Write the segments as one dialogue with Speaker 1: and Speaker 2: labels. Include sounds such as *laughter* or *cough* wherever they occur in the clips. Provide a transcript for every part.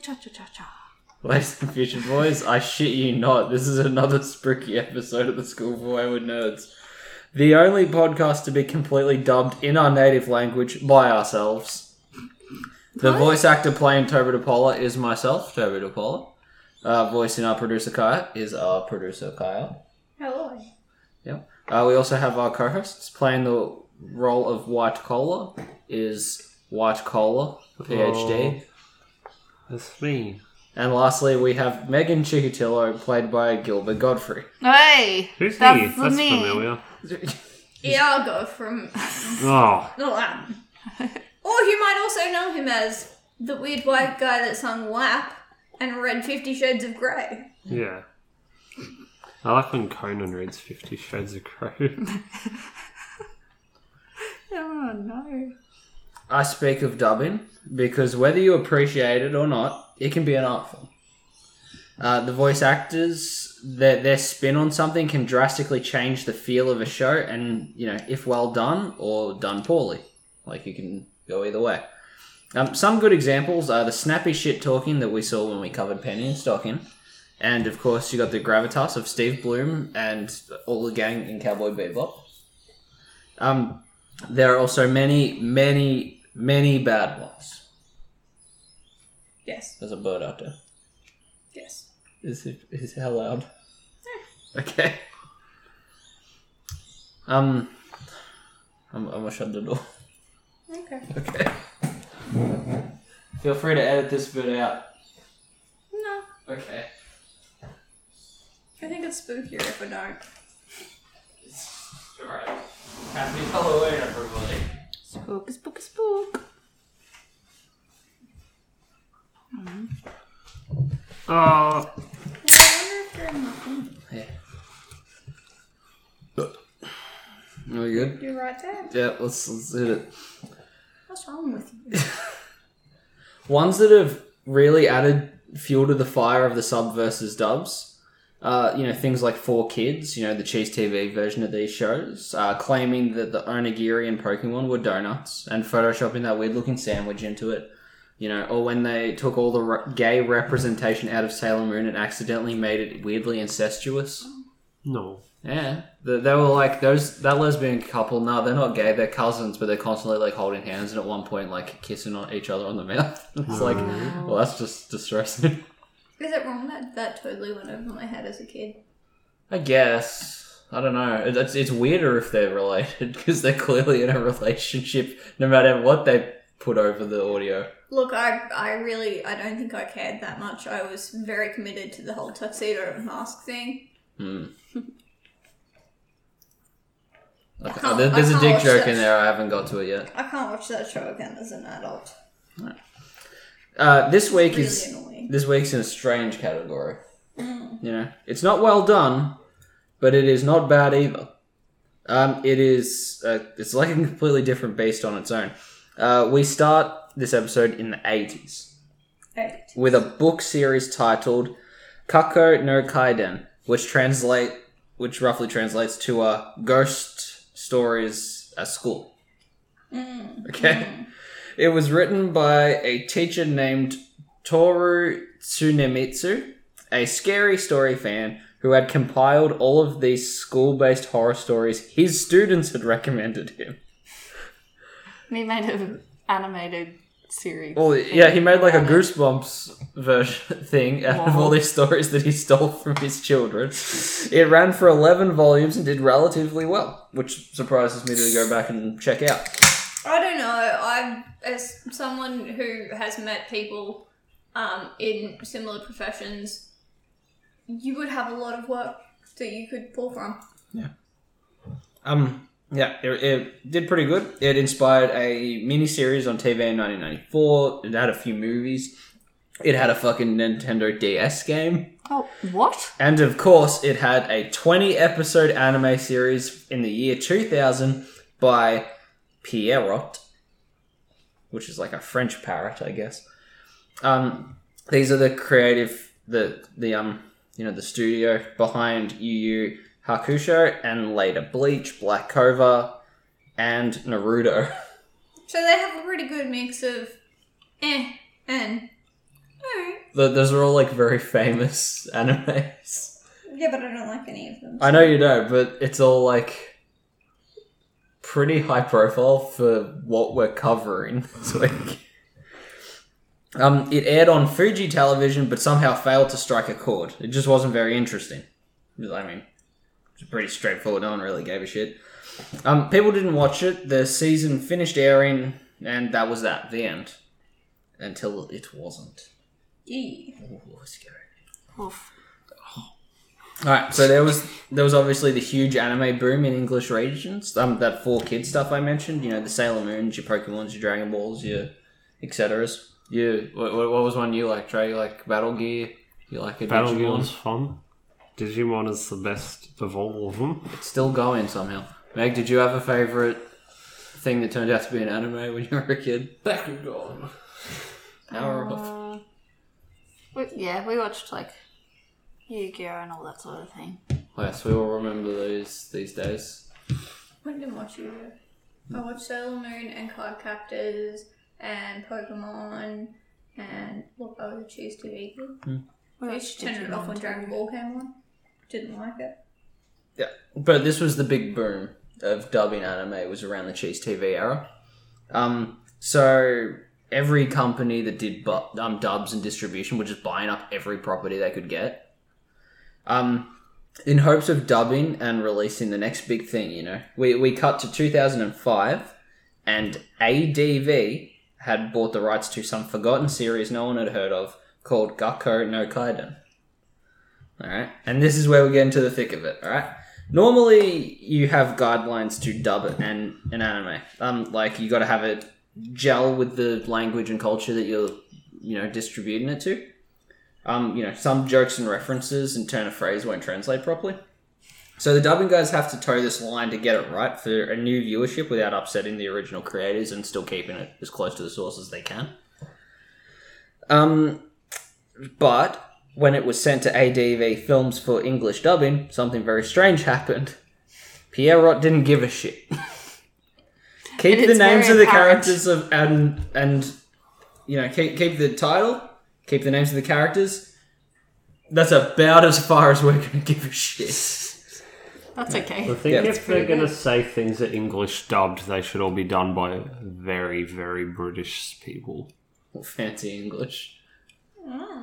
Speaker 1: cha cha cha cha.
Speaker 2: Ladies and Fusion Boys, I shit you not, this is another spooky episode of the School for Wayward Nerds. The only podcast to be completely dubbed in our native language by ourselves. The
Speaker 1: What?
Speaker 2: voice actor playing Toby DePaula is myself, Toby DePaula. Uh, voicing our producer Kyle is our producer Kyle.
Speaker 1: Hello.
Speaker 2: Yeah. Uh, we also have our co-hosts playing the role of White Collar is White Collar, PhD.
Speaker 3: That's me.
Speaker 2: And lastly, we have Megan Chicatillo, played by Gilbert Godfrey.
Speaker 4: Hey,
Speaker 3: Who's
Speaker 4: that's
Speaker 3: he? That's
Speaker 4: me.
Speaker 3: familiar.
Speaker 1: Iago from
Speaker 3: Oh,
Speaker 1: *laughs* Mulan. or you might also know him as the weird white guy that sung WAP and read Fifty Shades of Grey.
Speaker 3: yeah. I like when Conan reads Fifty Shades of Grey.
Speaker 4: Oh no.
Speaker 2: I speak of dubbing because whether you appreciate it or not, it can be an art form. Uh, the voice actors, their, their spin on something can drastically change the feel of a show, and, you know, if well done or done poorly. Like, you can go either way. Um, some good examples are the snappy shit talking that we saw when we covered Penny and Stocking. And, of course, you got the gravitas of Steve Bloom and all the gang in Cowboy Bebop. Um, there are also many, many, many bad ones.
Speaker 1: Yes.
Speaker 2: There's a bird out there.
Speaker 1: Yes.
Speaker 2: Is it is how loud? Okay. Um I'm I'm gonna shut the door.
Speaker 1: Okay.
Speaker 2: Okay. Feel free to edit this bit out.
Speaker 1: No.
Speaker 2: Okay.
Speaker 1: I think it's spookier if I don't.
Speaker 2: Alright. Happy Halloween everybody.
Speaker 4: Spook, spook, spook.
Speaker 3: *laughs* Oh,
Speaker 1: Yeah, I wonder if they're in my phone.
Speaker 2: Yeah. Are we good?
Speaker 1: You're right there.
Speaker 2: Yeah, let's let's hit it.
Speaker 1: What's wrong with you?
Speaker 2: ones that have really added fuel to the fire of the sub versus dubs. Uh, you know things like Four Kids, you know the Cheese TV version of these shows, uh, claiming that the onigiri and Pokemon were donuts and photoshopping that weird looking sandwich into it. You know, or when they took all the re- gay representation out of Sailor Moon and accidentally made it weirdly incestuous.
Speaker 3: no.
Speaker 2: Yeah, they, they were like those that lesbian couple. No, they're not gay. They're cousins, but they're constantly like holding hands and at one point like kissing on each other on the mouth. *laughs* It's like, well, that's just distressing. *laughs*
Speaker 1: Is it wrong that that totally went over my head as a kid?
Speaker 2: I guess I don't know. It- It's it's weirder if they're related because they're clearly in a relationship, no matter what they put over the audio.
Speaker 1: Look, I I really I don't think I cared that much. I was very committed to the whole tuxedo and mask thing.
Speaker 2: Hmm. Okay.
Speaker 1: can't-
Speaker 2: there- there's
Speaker 1: I
Speaker 2: a
Speaker 1: can't
Speaker 2: dick
Speaker 1: watch
Speaker 2: joke in
Speaker 1: this.
Speaker 2: there. I haven't got to it yet.
Speaker 1: I can't watch that show again as an adult.
Speaker 2: Uh, this week
Speaker 1: Really
Speaker 2: is
Speaker 1: annoying.
Speaker 2: this week's in a strange category. You know, it's not well done, but it is not bad either. Um, it is uh, it's like a completely different beast on its own. Uh, we start this episode in the eighties
Speaker 1: Eight.
Speaker 2: with a book series titled Kako no Kaiden, which translate which roughly translates to uh, ghost stories at school.
Speaker 1: Mm.
Speaker 2: Okay. It was written by a teacher named Toru Tsunemitsu, a scary story fan who had compiled all of these school based horror stories his students had recommended him.
Speaker 4: He made an animated series.
Speaker 2: Well, Oh, yeah, he made like a Goosebumps version *laughs* thing out of
Speaker 4: Wow.
Speaker 2: all these stories that he stole from his children. It ran for 11 volumes and did relatively well, which surprises me to go back and check out.
Speaker 1: I don't know. I, as someone who has met people um, in similar professions, you would have a lot of work that you could pull from.
Speaker 2: Um, yeah, it, it did pretty good. It inspired a mini series on TV in 1994. It had a few movies. It had a fucking Nintendo DS game.
Speaker 4: Oh, what?
Speaker 2: And of course, it had a 20 episode anime series in the year 2000 by Pierrot, which is like a French parrot, I guess. Um, these are the creative, the, the, um, you know, the studio behind Yu Yu Hakusho and later Bleach, Black Clover, and Naruto. *laughs*
Speaker 1: So they have a pretty good mix of eh and No.
Speaker 2: Th- Those are all like very famous *laughs* animes.
Speaker 1: Yeah, but I don't like any of them.
Speaker 2: I know you know, but it's all like pretty high profile for what we're covering *laughs* this week. Um, it aired on Fuji television, but somehow failed to strike a chord. It just wasn't very interesting. I mean, it's pretty straightforward. No one really gave a shit. Um, people didn't watch it. The season finished airing, and that was that. The end. Until it wasn't.
Speaker 1: Gee.
Speaker 2: Ooh, scary.
Speaker 4: Oof.
Speaker 2: All right, so there was there was obviously the huge anime boom in English regions. Um, that four kids stuff I mentioned. You know, the Sailor Moons, your Pokemon's, your Dragon Balls, your etc's. You what, what what was one you like? Trey, you like Battle Gear. You like a
Speaker 3: Battle
Speaker 2: Digimon?
Speaker 3: Gear's fun. Digimon is the best of all of them.
Speaker 2: It's still going somehow. Meg, did you have a favorite thing that turned out to be an anime when you were a kid? Bakugan. Hour off.
Speaker 4: Uh, we, yeah, we watched like Yu-Gi-Oh and all that sort of thing.
Speaker 2: Yes, we all remember these these days.
Speaker 1: I didn't watch you. I watched Sailor Moon and Card Captors and Pokemon and what other cheese did I eat?
Speaker 4: We
Speaker 1: I
Speaker 4: watched
Speaker 1: used to turn it off when
Speaker 4: Digimon.
Speaker 1: Dragon Ball came on. Didn't like it.
Speaker 2: Yeah, but this was the big boom of dubbing anime. It was around the Cheese TV era. Um, so every company that did bu- um, dubs and distribution were just buying up every property they could get, um, in hopes of dubbing and releasing the next big thing. You know, we we cut to 2005, and ADV had bought the rights to some forgotten series no one had heard of called Gakko no Kaiden. All right, and this is where we get into the thick of it. All right. Normally, you have guidelines to dub it and an anime. Um, like you got to have it gel with the language and culture that you're, you know, distributing it to. Um, you know, some jokes and references and turn of phrase won't translate properly. So the dubbing guys have to toe this line to get it right for a new viewership without upsetting the original creators and still keeping it as close to the source as they can. Um, but when it was sent to ADV Films for English dubbing, something very strange *laughs* happened. Pierrot didn't give a shit.
Speaker 4: *laughs*
Speaker 2: keep
Speaker 4: And
Speaker 2: the
Speaker 4: it's very
Speaker 2: names of the
Speaker 4: apparent.
Speaker 2: characters of and and you know keep keep the title, keep the names of the characters. That's about as far as we're going to *laughs* give a shit.
Speaker 4: That's
Speaker 3: I
Speaker 4: okay.
Speaker 3: think
Speaker 2: Yeah.
Speaker 3: if they're going to say things that English dubbed, they should all be done by very, very British people.
Speaker 2: Fancy English.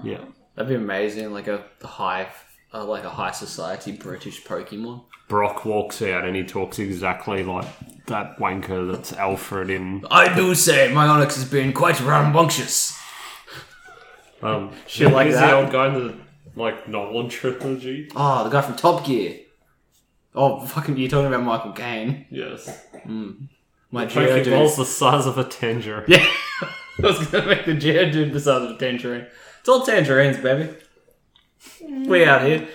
Speaker 3: Yeah.
Speaker 2: That'd be amazing, like a high, uh, like a high society British Pokemon.
Speaker 3: Brock walks out and he talks exactly like that wanker that's Alfred in.
Speaker 2: I do say my Onyx has been quite rambunctious.
Speaker 3: Um,
Speaker 2: Shit like
Speaker 3: he's
Speaker 2: that.
Speaker 3: the old guy in the like novel trilogy.
Speaker 2: Oh, the guy from Top Gear. Oh, fucking, you're talking about Michael Caine.
Speaker 3: Yes.
Speaker 2: My
Speaker 3: Pokeball's
Speaker 2: Geodude.
Speaker 3: the size of a tangerine.
Speaker 2: Yeah, *laughs* I was gonna make the Geodude the size of a tangerine. It's all tangerines, baby. We out here.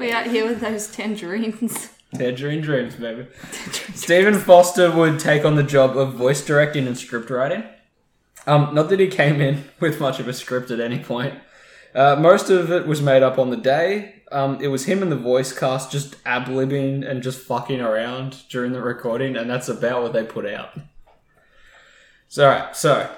Speaker 4: We out here with those tangerines.
Speaker 2: Tangerine dreams, baby. Stephen Foster would take on the job of voice directing and script writing. Um, not that he came in *laughs* with much of a script at any point. Uh, most of it was made up on the day. Um, it was him and the voice cast just ablibbing and just fucking around during the recording, and that's about what they put out. So, alright, so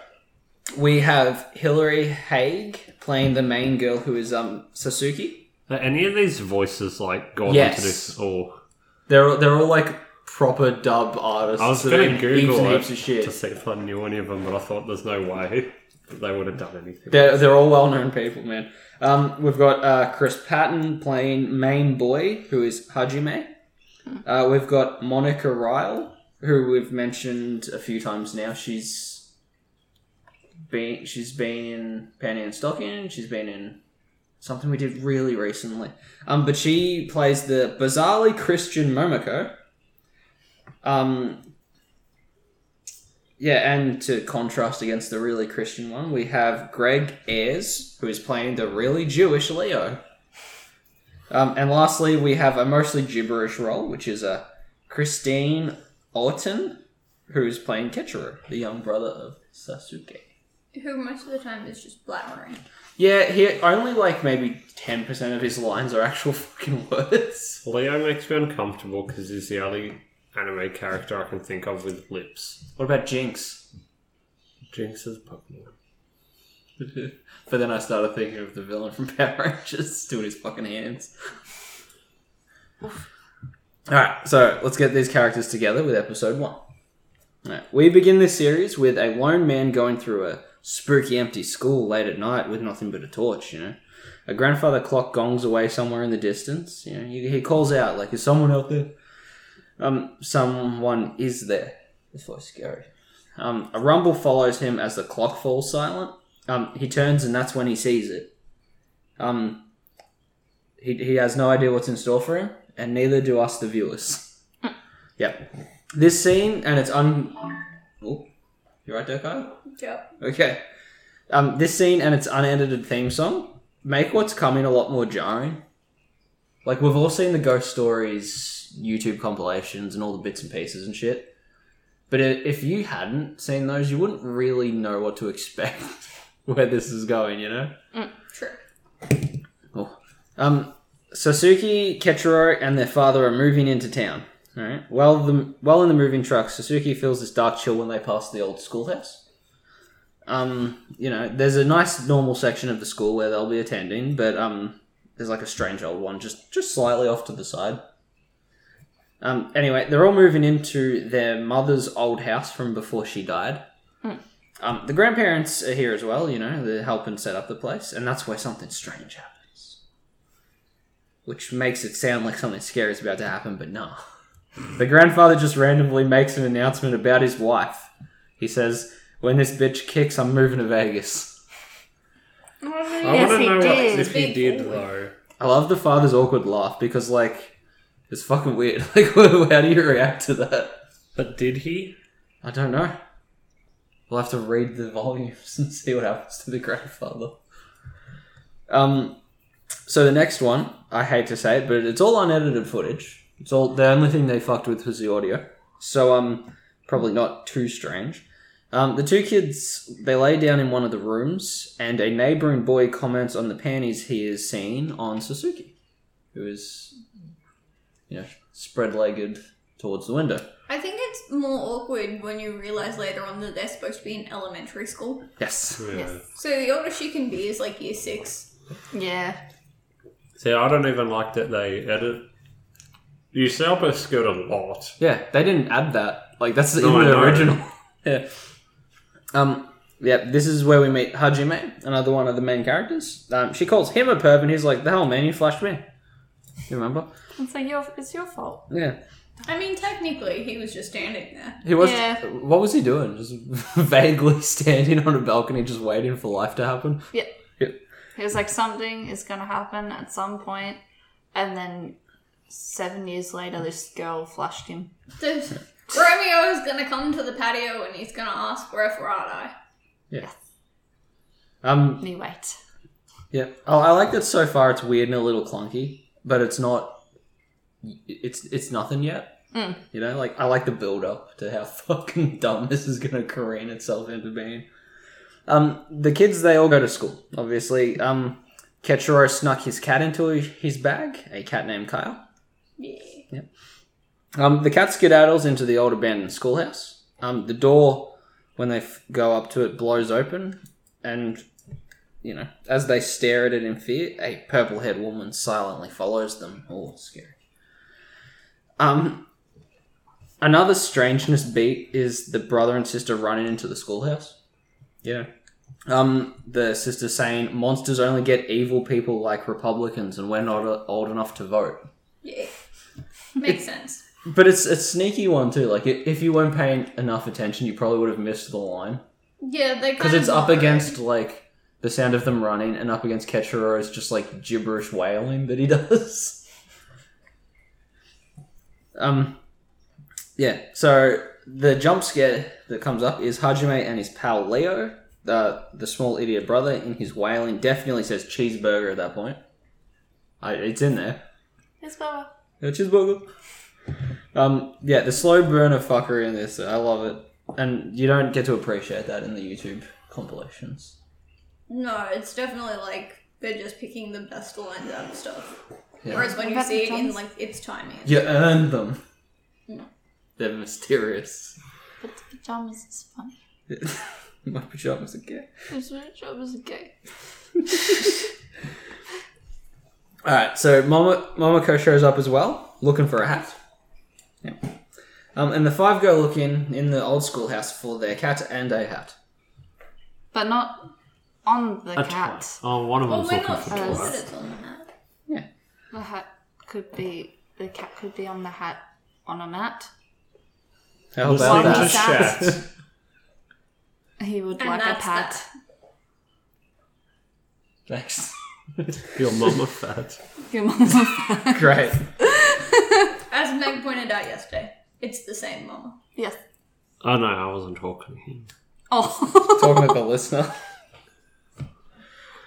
Speaker 2: we have Hilary Haig playing the main girl who is um Sasuke.
Speaker 3: Are any of these voices like gone
Speaker 2: Yes.
Speaker 3: into this or
Speaker 2: They're they're all like proper dub artists.
Speaker 3: I was
Speaker 2: that
Speaker 3: going
Speaker 2: are
Speaker 3: to Google it
Speaker 2: heaps and heaps
Speaker 3: to
Speaker 2: of shit.
Speaker 3: see if I knew any of them, but I thought there's no way that they would have done anything.
Speaker 2: They're they're all well known people, man. Um, we've got uh, Chris Patton playing main boy, who is Hajime. Uh, we've got Monica Ryle, who we've mentioned a few times now. She's been she's been in Panty and Stocking. She's been in something we did really recently. Um, but she plays the bizarrely Christian Momoko. Um, Yeah, and to contrast against the really Christian one, we have Greg Ayres, who is playing the really Jewish Leo. Um, and lastly, we have a mostly gibberish role, which is uh, Christine Orton, who is playing Ketchero, the young brother of Sasuke.
Speaker 1: Who most of the time is just blathering.
Speaker 2: Yeah, he only like maybe ten percent of his lines are actual *laughs* fucking words.
Speaker 3: Leo makes me uncomfortable because he's the only anime character I can think of with lips.
Speaker 2: What about Jinx?
Speaker 3: Jinx is Pokemon.
Speaker 2: but then I started thinking of the villain from *laughs* Power Rangers doing his fucking hands. Alright, so let's get these characters together with episode one. Alright, we begin this series with a lone man going through a spooky empty school late at night with nothing but a torch, you know. A grandfather clock gongs away somewhere in the distance. You know, he he calls out, like, is someone out there? Um, someone is there. This voice is scary. Um, a rumble follows him as the clock falls silent. Um, he turns and that's when he sees it. Um, he, he has no idea what's in store for him, and neither do us, the viewers. yep. This scene and its un. Oh, you right, Dokai?
Speaker 1: Yep.
Speaker 2: Okay. Um, this scene and its unedited theme song make what's coming a lot more jarring. Like we've all seen the ghost stories, YouTube compilations, and all the bits and pieces and shit. But i- if you hadn't seen those, you wouldn't really know what to *laughs* expect where this is going. You know.
Speaker 1: True.
Speaker 2: Um, Sasuke, Ketchiro, and their father are moving into town. All right. While the while in the moving truck, Sasuke feels this dark chill when they pass the old schoolhouse. Um, you know, there's a nice normal section of the school where they'll be attending, but um, there's like a strange old one just just slightly off to the side. Um, anyway, they're all moving into their mother's old house from before she died. Um, the grandparents are here as well. You know, they're helping set up the place, and that's where something strange happens which makes it sound like something scary is about to happen, but no. The grandfather just randomly makes an announcement about his wife. He says, "When this bitch kicks, I'm moving to Vegas."
Speaker 5: I
Speaker 4: Yes,
Speaker 5: want
Speaker 4: he
Speaker 5: to know what,
Speaker 4: did.
Speaker 5: if he
Speaker 1: Big
Speaker 5: did
Speaker 1: boy.
Speaker 5: though.
Speaker 2: I love the father's awkward laugh because, like, it's fucking weird. *laughs* Like, how do you react to that?
Speaker 5: But did he?
Speaker 2: I don't know. We'll have to read the *laughs* volumes and see what happens to the grandfather. Um, so the next one, I hate to say it, but it's all unedited footage. It's all the only thing they fucked with was the audio. So um, probably not too strange. Um, the two kids they lay down in one of the rooms, and a neighboring boy comments on the panties he is seeing on Suzuki, who is, you know, spread-legged towards the window.
Speaker 1: I think it's more awkward when you realise later on that they're supposed to be in elementary school.
Speaker 2: Yes.
Speaker 5: Yeah.
Speaker 4: Yes.
Speaker 1: So the oldest you can be is like year six.
Speaker 4: Yeah.
Speaker 5: See, I don't even like that they edit. You sell per skirt a lot.
Speaker 2: Yeah, they didn't add that. Like that's the even
Speaker 5: No, I
Speaker 2: the
Speaker 5: know. *laughs*
Speaker 2: original. yeah. Um. Yeah, this is where we meet Hajime, another one of the main characters. Um, she calls him a perv, and he's like, "The hell, man, you flushed me." You remember?
Speaker 4: It's like your it's your fault.
Speaker 2: Yeah.
Speaker 1: I mean, technically, he was just standing there.
Speaker 2: He was.
Speaker 4: Yeah.
Speaker 2: What was he doing? Just *laughs* vaguely standing on a balcony, just waiting for life to happen.
Speaker 4: Yeah.
Speaker 2: Yeah.
Speaker 4: It was like something is gonna happen at some point, and then seven years later, this girl flushed him.
Speaker 2: *laughs*
Speaker 1: The, Romeo is gonna come to the patio and he's gonna ask for a Ferrari.
Speaker 2: Um.
Speaker 4: Me wait.
Speaker 2: Yeah. Oh, I like that. So far, it's weird and a little clunky, but it's not. It's it's nothing yet.
Speaker 4: Mm.
Speaker 2: You know, like I like the build up to how *laughs* fucking dumb this is going to careen itself into being. Um, the kids they all go to school, obviously. Um, Ketchiro snuck his cat into his bag, a cat named Kyle.
Speaker 1: Yeah.
Speaker 2: Um, the cat skedaddles into the old abandoned schoolhouse. Um, the door, when they f- go up to it, blows open, and you know, as they stare at it in fear, a purple-haired woman silently follows them. Oh, scary. Um, another strangeness beat is the brother and sister running into the schoolhouse. Yeah. Um, the sister saying monsters only get evil people like Republicans, and we're not uh, old enough to vote.
Speaker 1: Yeah. Makes sense.
Speaker 2: But it's a sneaky one too. Like i- if you weren't paying enough attention, you probably would have missed the line
Speaker 1: Yeah, they
Speaker 2: because
Speaker 1: kind
Speaker 2: it's
Speaker 1: of
Speaker 2: up
Speaker 1: moderate.
Speaker 2: against like the sound of them running and up against Ketchuro's just like gibberish wailing that he *laughs* does. um, yeah. So the jump scare that comes up is Hajime and his pal Leo, the the small idiot brother, in his wailing definitely says cheeseburger at that point. I, it's in there.
Speaker 4: Yes, Baba.
Speaker 2: Yeah, cheeseburger. Um, yeah, the slow burner fuckery in this, I love it. And you don't get to appreciate that in the YouTube compilations.
Speaker 1: No, it's definitely like they're just picking the best lines out of stuff.
Speaker 2: Yeah.
Speaker 1: Whereas when you
Speaker 4: About
Speaker 1: see
Speaker 4: the
Speaker 1: it in
Speaker 4: drums?
Speaker 1: like its timing,
Speaker 2: You earn them.
Speaker 1: No.
Speaker 2: They're mysterious. *laughs*
Speaker 4: But the pajamas is funny.
Speaker 2: My pajamas are gay.
Speaker 4: It's my job as a gay.
Speaker 2: All right, so Mama, Momoko shows up as well, looking for a hat. Yeah. Um, and the five go looking in the old schoolhouse for their cat and a hat.
Speaker 4: But not on the
Speaker 3: A
Speaker 4: cat.
Speaker 3: twi- Oh, one of
Speaker 1: Well,
Speaker 3: them's
Speaker 1: we're
Speaker 3: looking
Speaker 1: not uh,
Speaker 3: for
Speaker 1: sure
Speaker 4: us.
Speaker 1: that it's on the hat.
Speaker 4: The hat could be the cat could be on the hat on a mat.
Speaker 2: How
Speaker 5: Listening
Speaker 2: about
Speaker 5: to
Speaker 2: that?
Speaker 4: that?
Speaker 5: shats.
Speaker 4: He would
Speaker 1: And
Speaker 4: like a
Speaker 1: that's
Speaker 4: pat.
Speaker 2: Thanks. *laughs*
Speaker 5: *laughs* Your mama fat.
Speaker 4: Your mum's a *laughs* pat.
Speaker 2: Great.
Speaker 1: As Meg pointed out yesterday, it's the same mama.
Speaker 4: Yes.
Speaker 3: Oh no, I wasn't talking to
Speaker 5: *laughs*
Speaker 3: him.
Speaker 4: Oh.
Speaker 2: Talking to the listener. *laughs*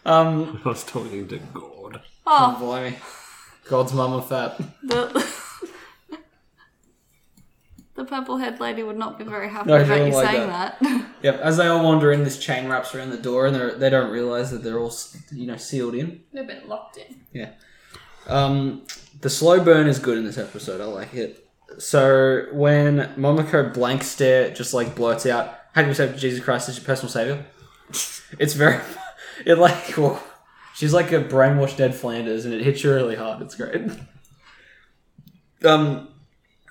Speaker 2: Um,
Speaker 3: I was talking to God.
Speaker 4: *laughs* oh.
Speaker 2: blimey. God's mama fat.
Speaker 4: *laughs* The, the purple head lady would not be very happy
Speaker 2: No, she
Speaker 4: about you
Speaker 2: wouldn't like
Speaker 4: saying that. *laughs*
Speaker 2: Yep, as they all wander in, this chain wraps around the door and they're, they don't realise that they're all, s- you know, sealed in.
Speaker 1: They've been locked in.
Speaker 2: Yeah. Um, the slow burn is good in this episode. I like it. So when Momoko blank stare just like blurts out, "How do you accept Jesus Christ as your personal savior?" It's very, *laughs* it like, *laughs* well, she's like a brainwashed Ned Flanders, and it hits you really hard. It's great. *laughs* Um,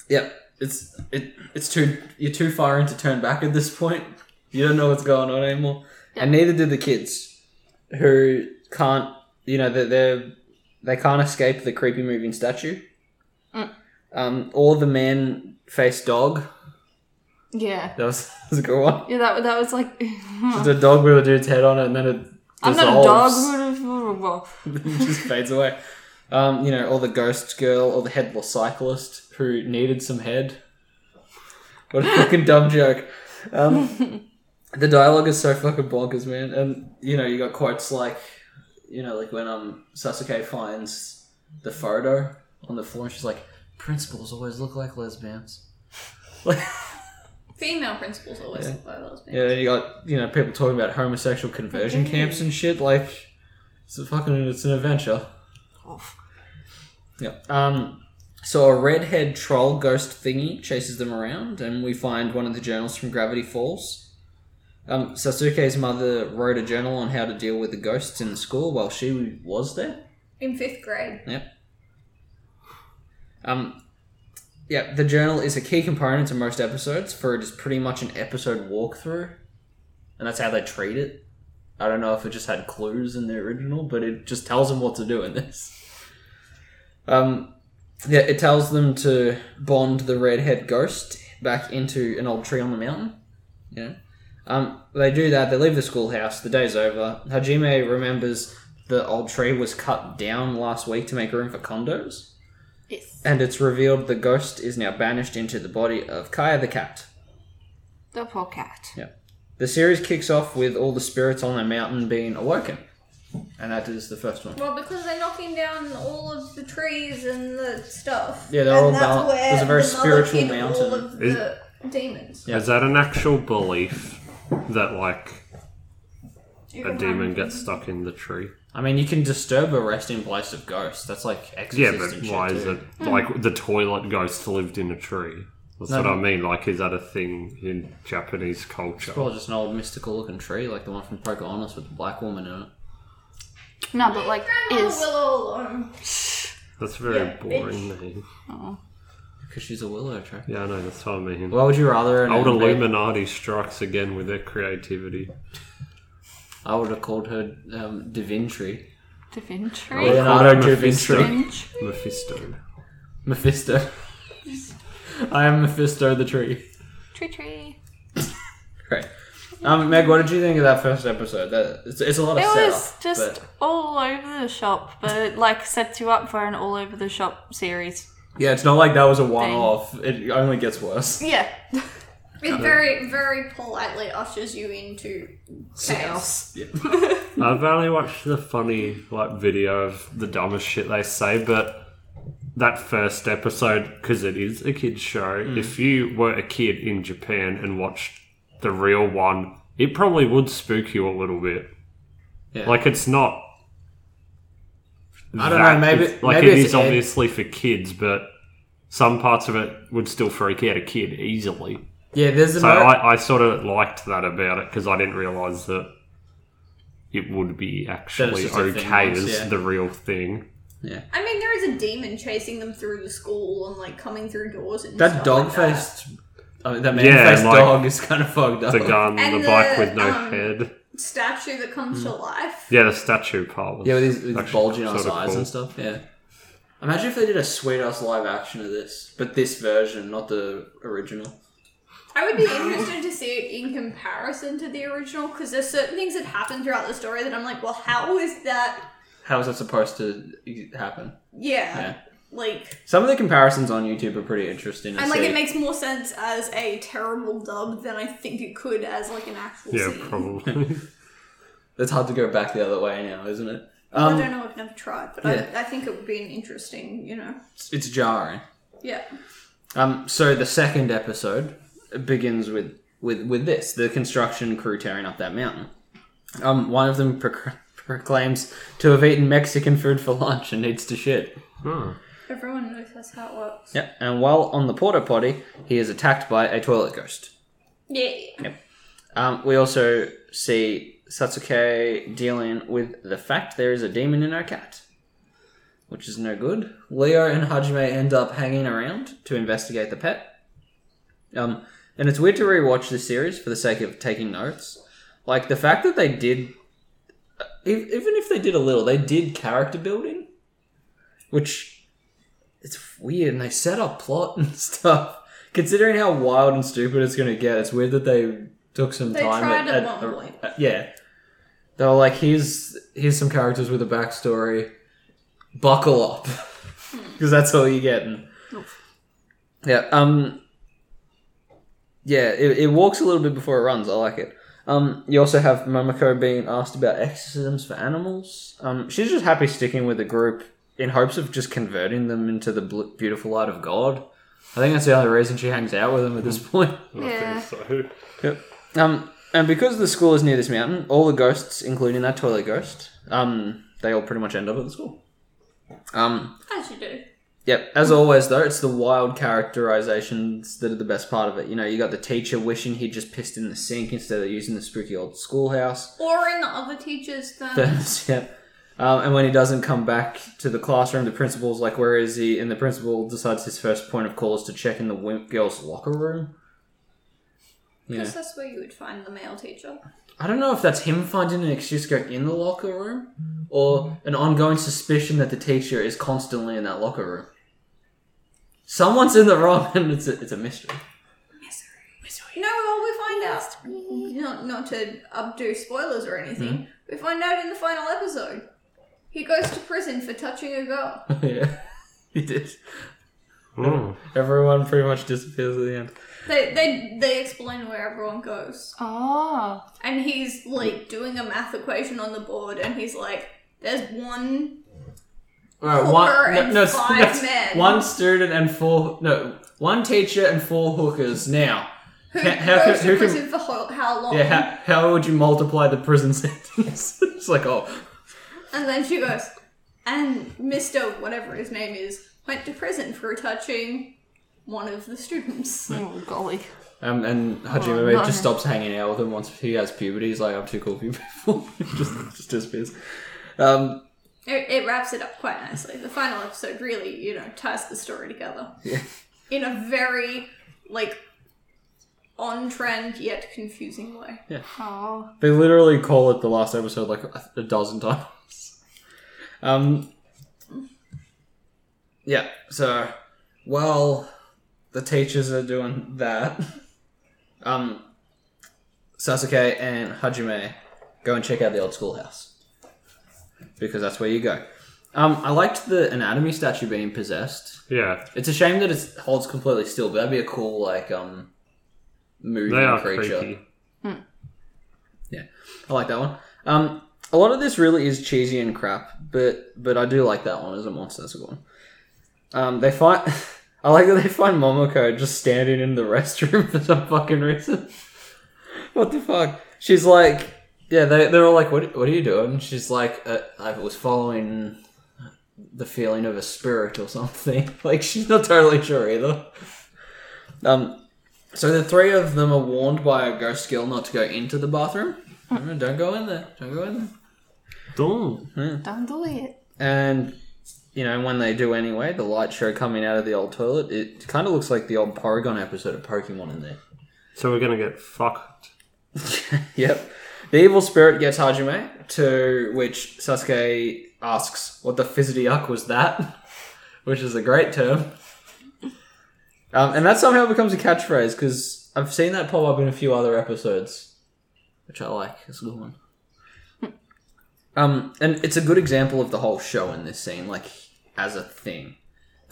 Speaker 2: yeah, it's it it's too you're too far in to turn back at this point. You don't know what's going on anymore, and neither do the kids, who can't. You know that they're, they're they can't escape the creepy moving statue.
Speaker 4: Mm.
Speaker 2: Um, or the man face dog.
Speaker 4: Yeah.
Speaker 2: That was, *laughs* that was a good one.
Speaker 4: Yeah, that, that was like. *laughs*
Speaker 2: It's a dog with a dude's head on it, and then it
Speaker 4: Mm. I'm not a dog.
Speaker 2: dissolves.
Speaker 4: Well,
Speaker 2: *laughs* It just fades away. Um, you know, or the ghost girl, or the headless cyclist who needed some head. What a fucking dumb joke. Um, the dialogue is so fucking bonkers, man. And you know, you got quotes like, you know, like when um Sasuke finds the photo on the floor, and she's like, "Principals always look like lesbians."
Speaker 1: Female principals always look like those.
Speaker 2: Yeah, you got you know people talking about homosexual conversion camps and shit. Like, it's a fucking it's an adventure. Yeah. Um. So a redhead troll ghost thingy chases them around, and we find one of the journals from Gravity Falls. Um, Sasuke's mother wrote a journal on how to deal with the ghosts in the school while she was there.
Speaker 1: In fifth grade.
Speaker 2: Yep. Um, yeah, the journal is a key component to most episodes, for it is pretty much an episode walkthrough, and that's how they treat it. I don't know if it just had clues in the original, but it just tells them what to do in this. Um, yeah, it tells them to bond the redhead ghost back into an old tree on the mountain. Yeah. Um, they do that. They leave the schoolhouse. The day's over. Hajime remembers the old tree was cut down last week to make room for condos,
Speaker 4: yes.
Speaker 2: and it's revealed the ghost is now banished into the body of Kaya the cat.
Speaker 4: The poor cat.
Speaker 2: The series kicks off with all the spirits on the mountain being awoken, and that is the first one.
Speaker 1: Well, because they're knocking down all of the trees and the stuff.
Speaker 2: Yeah, they're
Speaker 1: and
Speaker 2: all
Speaker 1: that's
Speaker 2: bal-
Speaker 1: where
Speaker 2: there's a very
Speaker 1: the mother
Speaker 2: spiritual
Speaker 1: hid All
Speaker 2: mountain.
Speaker 1: of the demons.
Speaker 5: Is that an actual belief that like
Speaker 1: You
Speaker 5: a
Speaker 1: can
Speaker 5: demon
Speaker 1: hide
Speaker 5: gets stuck in the tree?
Speaker 2: I mean, you can disturb a resting place of ghosts. That's like
Speaker 5: Yeah,
Speaker 2: exorcist
Speaker 5: but
Speaker 2: and shit
Speaker 5: why is
Speaker 2: too.
Speaker 5: it like the toilet ghost lived in a tree? That's
Speaker 2: No,
Speaker 5: what I
Speaker 2: but-
Speaker 5: mean. Like, is that a thing in Japanese culture?
Speaker 2: Probably just an old mystical looking tree, like the one from Pocahontas with the black woman in it.
Speaker 4: No, but like,
Speaker 1: Grandma
Speaker 4: is.
Speaker 1: will all um, alone.
Speaker 5: That's a very
Speaker 1: Yeah,
Speaker 5: boring name.
Speaker 2: Because she's a willow tree.
Speaker 5: Yeah, I know. That's what I mean.
Speaker 2: Why would you rather? an
Speaker 5: Old
Speaker 2: anime-
Speaker 5: Illuminati strikes again with their creativity.
Speaker 2: I would have called her um, Da Vinci.
Speaker 4: Da Vinci?
Speaker 5: Yeah.
Speaker 2: Leonardo
Speaker 5: Called her
Speaker 2: da
Speaker 5: Mephisto.
Speaker 2: Vinci.
Speaker 4: Vinci?
Speaker 5: Mephisto.
Speaker 2: Mephisto. *laughs* I am Mephisto the tree.
Speaker 4: Tree tree.
Speaker 2: Right. Um, Meg, what did you think of that first episode? That it's, it's a lot of
Speaker 4: It
Speaker 2: setup.
Speaker 4: was just
Speaker 2: but-
Speaker 4: all over the shop, but it like sets you up for an all over the shop series.
Speaker 2: yeah, it's not like that was a one-off. It only gets worse.
Speaker 4: Yeah.
Speaker 1: It very, very politely ushers you into chaos.
Speaker 2: Yeah.
Speaker 5: I've only watched the funny like video of the dumbest shit they say, but that first episode because it is a kids show.
Speaker 2: Mm.
Speaker 5: If you were a kid in Japan and watched the real one, it probably would spook you a little bit.
Speaker 2: Yeah.
Speaker 5: Like it's not.
Speaker 2: I don't know, maybe-
Speaker 5: it's- like
Speaker 2: maybe
Speaker 5: it
Speaker 2: it's
Speaker 5: is
Speaker 2: ed-
Speaker 5: obviously for kids, but some parts of it would still freak out a kid easily.
Speaker 2: Yeah, there's a
Speaker 5: So
Speaker 2: mo-
Speaker 5: I, I sort of liked that about it because I didn't realize that it would be actually
Speaker 2: just a thing
Speaker 5: okay
Speaker 2: once,
Speaker 5: as
Speaker 2: yeah.
Speaker 5: the real
Speaker 1: *laughs*
Speaker 5: thing.
Speaker 2: yeah.
Speaker 1: I mean, there is a demon chasing them through the school and like coming through doors and
Speaker 2: That
Speaker 1: stuff
Speaker 2: dog
Speaker 1: like that.
Speaker 2: faced, oh, that man
Speaker 5: Yeah,
Speaker 2: faced
Speaker 5: like-
Speaker 2: dog is kind of fucked up.
Speaker 5: The gun,
Speaker 1: And
Speaker 5: the,
Speaker 1: the,
Speaker 5: bike with no
Speaker 1: um,
Speaker 5: head.
Speaker 1: statue that comes to life.
Speaker 5: Yeah, the statue part. Was
Speaker 2: Yeah, with his, with his
Speaker 5: actually
Speaker 2: bulging ass
Speaker 5: sorta
Speaker 2: eyes
Speaker 5: cool.
Speaker 2: and stuff. Yeah. Imagine if they did a sweet ass live action of this, but this version, not the original.
Speaker 1: I would be interested to see it in comparison to the original because there's certain things that happen throughout the story that I'm like, well, how is that?
Speaker 2: How is that supposed to e- happen?
Speaker 1: Yeah,
Speaker 2: Yeah.
Speaker 1: like
Speaker 2: Some of the comparisons on YouTube are pretty interesting. to
Speaker 1: and like
Speaker 2: see.
Speaker 1: it makes more sense as a terrible dub than I think it could as like an actual.
Speaker 5: Yeah,
Speaker 1: scene. *laughs*
Speaker 5: probably.
Speaker 2: it's hard to go back the other way now, isn't it?
Speaker 1: I
Speaker 2: Um,
Speaker 1: don't know. I've never tried, but
Speaker 2: yeah.
Speaker 1: I, I think it would be an interesting, you know.
Speaker 2: it's, it's jarring.
Speaker 1: Yeah.
Speaker 2: Um, so the second episode begins with with with this: the construction crew tearing up that mountain. Um, one of them *laughs* proc- proclaims to have eaten Mexican food for lunch and needs to shit.
Speaker 5: Huh.
Speaker 1: Everyone knows that's how it works.
Speaker 2: Yep. And while on the porta potty, he is attacked by a toilet ghost.
Speaker 1: Yeah.
Speaker 2: Um, we also see Satsuke dealing with the fact there is a demon in her cat, which is no good. Leo and Hajime end up hanging around to investigate the pet. Um, and it's weird to rewatch this series for the sake of taking notes. Like the fact that they did, if, even if they did a little, they did character building, which it's weird. And they set up plot *laughs* and stuff. Considering how wild and stupid it's going to get, it's weird that they took some
Speaker 1: They
Speaker 2: time.
Speaker 1: tried at one point.
Speaker 2: uh, yeah, they were like, "Here's here's some characters with a backstory. Buckle up, *laughs* because that's all you're getting." Yeah. Um. Yeah, it, it walks a little bit before it runs. I like it. Um, you also have Momoko being asked about exorcisms for animals. Um, she's just happy sticking with the group in hopes of just converting them into the bl- beautiful light of God. I think that's the only reason she hangs out with them at this point.
Speaker 4: Yeah.
Speaker 5: I think so.
Speaker 2: Yep. Um, and because the school is near this mountain, all the ghosts, including that toilet ghost, um, they all pretty much end up at the school. Um,
Speaker 1: As you do.
Speaker 2: yep. As always, though, it's the wild characterizations that are the best part of it. You know, you got the teacher wishing he just pissed in the sink instead of using the spooky old schoolhouse.
Speaker 1: Or in the other teachers, then.
Speaker 2: That's- *laughs* yep. Um, and when he doesn't come back to the classroom, the principal's like, "Where is he?" And the principal decides his first point of call is to check in the wimp girl's locker room. Yeah.
Speaker 1: Because that's where you would find the male teacher.
Speaker 2: I don't know if that's him finding an excuse to go in the locker room or an ongoing suspicion that the teacher is constantly in that locker room. Someone's in the wrong *laughs* and it's a, it's a mystery.
Speaker 1: No, well, we find out. Not, not to updo spoilers or anything.
Speaker 2: Hmm.
Speaker 1: We find out in the final episode. He goes to prison for touching a girl.
Speaker 2: *laughs* yeah, it did.
Speaker 5: Hmm.
Speaker 2: Everyone pretty much disappears at the end.
Speaker 1: They, they, they explain where everyone goes.
Speaker 4: Oh.
Speaker 1: And he's like doing a math equation on the board, and he's like, there's one.
Speaker 2: All right,
Speaker 1: Four
Speaker 2: one no,
Speaker 1: and
Speaker 2: no, it's-
Speaker 1: five
Speaker 2: that's
Speaker 1: men.
Speaker 2: one student and four no one teacher and four hookers. Now,
Speaker 1: Who
Speaker 2: Ca- how
Speaker 1: goes
Speaker 2: can-
Speaker 1: to
Speaker 2: who can-
Speaker 1: prison for ho- how long?
Speaker 2: yeah, how, how would you multiply the prison *laughs* sentence? it's like oh,
Speaker 1: And then she goes, and Mr. whatever his name is went to prison for touching one of the students.
Speaker 4: Oh, golly.
Speaker 2: Um, and
Speaker 4: Oh,
Speaker 2: Hajime
Speaker 4: no.
Speaker 2: just stops hanging out with him once he has puberty. He's like, I'm too cool for you *laughs* people. just, just disappears. Um,
Speaker 1: It, it wraps it up quite nicely. The final episode really, you know, ties the story together
Speaker 2: Yeah.
Speaker 1: in a very, like, on trend yet confusing way.
Speaker 4: Oh.
Speaker 2: they literally call it the last episode like a- a dozen times. Um, yeah, so while the teachers are doing that, um, Sasuke and Hajime go and check out the old schoolhouse because that's where you go. Um, I liked the anatomy statue being possessed.
Speaker 5: Yeah,
Speaker 2: It's a shame that it holds completely still, but that'd be a cool like um
Speaker 5: they
Speaker 2: moving
Speaker 5: are
Speaker 2: creature.
Speaker 5: creepy.
Speaker 2: Yeah, I like that one. Um, a lot of this really is cheesy and crap, but but I do like that one as a monster. That's a good one. Um, they find. *laughs* I like that they find Momoko just standing in the restroom *laughs* for some fucking reason. what the fuck? She's like, yeah, they, they're all like, what, what are you doing? And she's like, uh, I was following the feeling of a *laughs* spirit or something. Like, she's not totally sure either. Um, So the three of them are warned by a ghost girl not to go into the bathroom. Mm, Don't go in there. Don't go in there.
Speaker 5: Don't.
Speaker 4: Don't do it.
Speaker 2: And you know when they do anyway, the light show coming out of the old toilet. It kind of looks like the old Porygon episode of Pokemon in *laughs* there.
Speaker 5: So we're gonna get fucked.
Speaker 2: Yep. The evil spirit gets Hajime, to which Sasuke asks, What the fizzity was that? *laughs* Which is a great term. Um, and that somehow becomes a catchphrase because I've seen that pop up in a few other episodes, which I like. It's a good one. Um, and it's a good example of the whole show in this scene, like as a thing.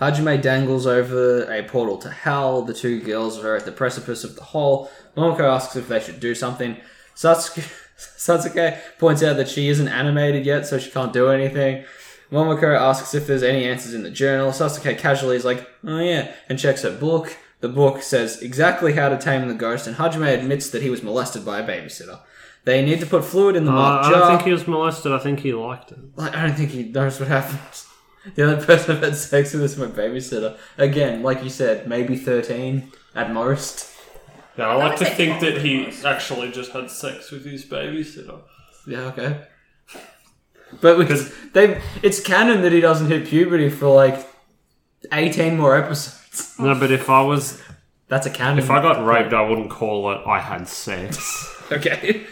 Speaker 2: Hajime dangles over a portal to hell. The two girls are at the precipice of the hole. Momoko asks if they should do something. *laughs* Satsuki, Satsuke points out that she isn't animated yet, so she can't do anything. Momoko asks if there's any answers in the journal. Sasuke casually is like, oh yeah, and checks her book. The book says exactly how to tame the ghost, and Hajime admits that he was molested by a babysitter. They need to put fluid in the
Speaker 5: Uh,
Speaker 2: marked
Speaker 5: I
Speaker 2: jar.
Speaker 5: don't think he was molested. I think he liked it.
Speaker 2: Like, I don't think he knows what happens. The other person I've had sex with is my babysitter. Again, like you said, maybe 13 at most.
Speaker 5: No, I
Speaker 1: like to say think that he
Speaker 5: actually just had sex with his babysitter.
Speaker 2: Yeah, okay. But because they, it's canon that he doesn't hit puberty for like 18 more episodes.
Speaker 5: No, but if I was,
Speaker 2: That's a canon.
Speaker 5: if I got raped, I wouldn't call it. I had sex.
Speaker 2: Okay.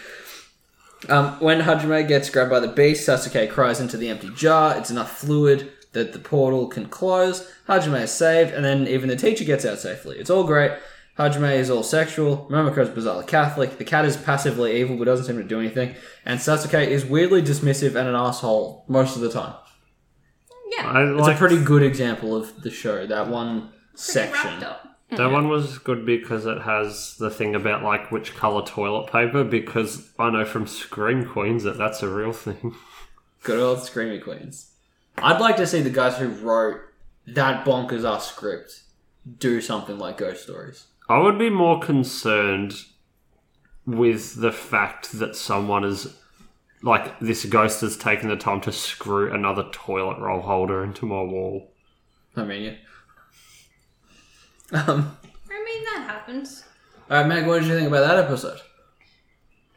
Speaker 2: Um, when Hajime gets grabbed by the beast, Sasuke cries into the empty jar. It's enough fluid that the portal can close. Hajime is saved, and then even the teacher gets out safely. It's all great. Hajime is all sexual. Momoko is bizarrely Catholic. The cat is passively evil but doesn't seem to do anything. And Sasuke is weirdly dismissive and an asshole most of the time.
Speaker 1: Yeah.
Speaker 5: I
Speaker 2: It's
Speaker 5: like
Speaker 2: a pretty good example of the show, that one section.
Speaker 1: Wrapped up.
Speaker 5: That one was good because it has the thing about like which color toilet paper. Because I know from Scream Queens that that's a real thing. *laughs*
Speaker 2: Good old Screamy Queens. I'd like to see the guys who wrote that bonkers ass script do something like Ghost Stories.
Speaker 5: I would be more concerned with the fact that someone is like this ghost has taken the time to screw another toilet roll holder into my wall.
Speaker 2: I mean, yeah. Um,
Speaker 1: I mean, that happens.
Speaker 2: all right, Meg, what did you think about that episode?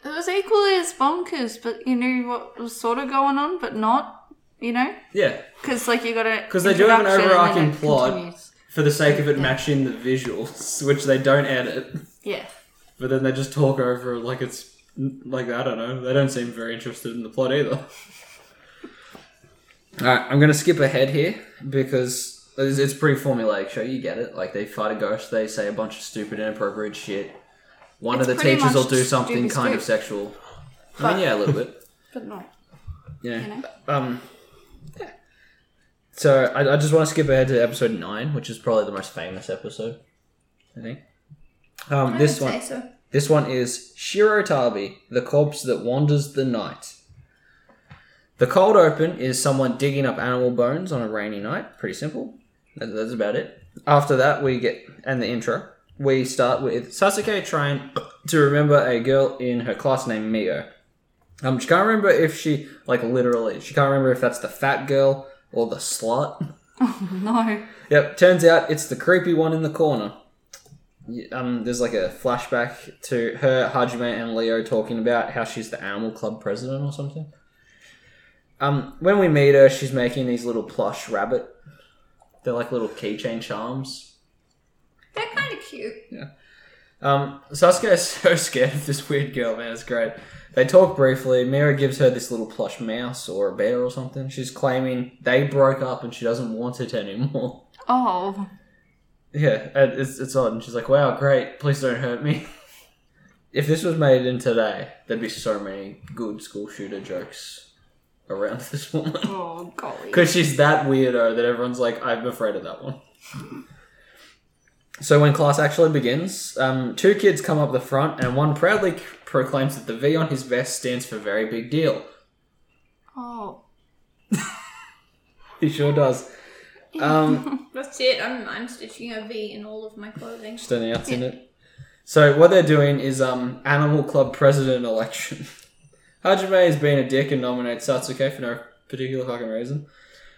Speaker 4: It was equally as bonkers, but you knew what was sort of going on, but not, you know?
Speaker 2: Yeah,
Speaker 4: Because, like, you got to.
Speaker 2: 'Cause they do have an overarching plot. for the sake of it matching the visuals, *laughs* which they don't edit,
Speaker 4: Yeah.
Speaker 2: but then they just talk over it like it's like I don't know. They don't seem very interested in the plot either. All right, I'm gonna skip ahead here because it's, it's pretty formulaic show. You get it. Like they fight a ghost, they say a bunch of stupid, inappropriate shit. One
Speaker 4: It's
Speaker 2: of the
Speaker 4: pretty much
Speaker 2: teachers will do
Speaker 4: just
Speaker 2: something
Speaker 4: stupid
Speaker 2: kind of sexual. I mean, yeah, a little bit.
Speaker 4: *laughs* But not.
Speaker 2: Yeah.
Speaker 4: You know?
Speaker 2: Um. So I, I just want to skip ahead to episode nine, which is probably the most famous episode, I think. Um,
Speaker 1: I
Speaker 2: this
Speaker 1: would
Speaker 2: one,
Speaker 1: Say so.
Speaker 2: this one is Shirotabi, the corpse that wanders the night. The cold open is someone digging up animal bones on a rainy night. Pretty simple. That- That's about it. After that, we get and the intro. We start with Sasuke trying to remember a girl in her class named Mio. Um, she can't remember if she like literally. She can't remember if that's the fat girl or the slut.
Speaker 4: No.
Speaker 2: Yep. Turns out it's the creepy one in the corner. Y- Um, there's like a flashback to her, Hajime, and Leo talking about how she's the animal club president or something. Um, when we meet her, she's making these little plush rabbit. They're like little keychain charms.
Speaker 1: They're kind of cute.
Speaker 2: Um, Sasuke is *laughs* so scared of this weird girl, man. It's great. They talk briefly. Mira gives her this little plush mouse or a bear or something. She's claiming they broke up and she doesn't want it *laughs* anymore.
Speaker 4: Oh.
Speaker 2: Yeah, and it's, it's odd. And she's like, wow, great. Please don't hurt me. *laughs* If this was made in today, there'd be so many good school shooter jokes around *laughs* this woman.
Speaker 4: Oh,
Speaker 2: *laughs*
Speaker 4: golly.
Speaker 2: Because she's that weirdo that everyone's like, I'm afraid of that one. So when class actually begins, um, two kids come up the front, and one proudly c- proclaims that the V on his vest stands for very big deal.
Speaker 4: Oh.
Speaker 2: He sure does.
Speaker 4: *laughs*
Speaker 2: Um,
Speaker 1: That's it. I'm, I'm stitching a V in all of my clothing.
Speaker 2: just an ounce in it. So what they're doing is um, Animal Club president election. *laughs* Hajime is being a dick and nominates Satsuke for no particular fucking reason.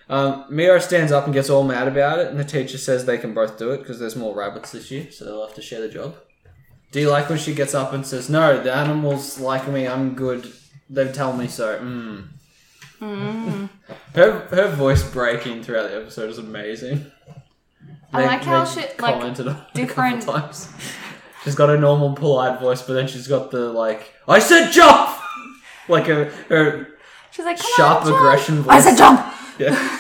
Speaker 2: Um, Miro stands up and gets all mad about it, and the teacher says they can both do it because there's more rabbits this year, so they'll have to share the job. Do you like when she gets up and says, "No, the animals like me. I'm good. They tell me so." Mm.
Speaker 4: Mm.
Speaker 2: her her voice breaking throughout the episode is amazing.
Speaker 4: I like how she- like,
Speaker 2: commented on it a *laughs* couple
Speaker 4: different-
Speaker 2: times. She's got a normal polite voice, but then she's got the like, "I said jump," *laughs* like her her
Speaker 4: She's like, Come
Speaker 2: sharp
Speaker 4: on, jump."
Speaker 2: aggression voice.
Speaker 4: I said jump.
Speaker 2: Yeah.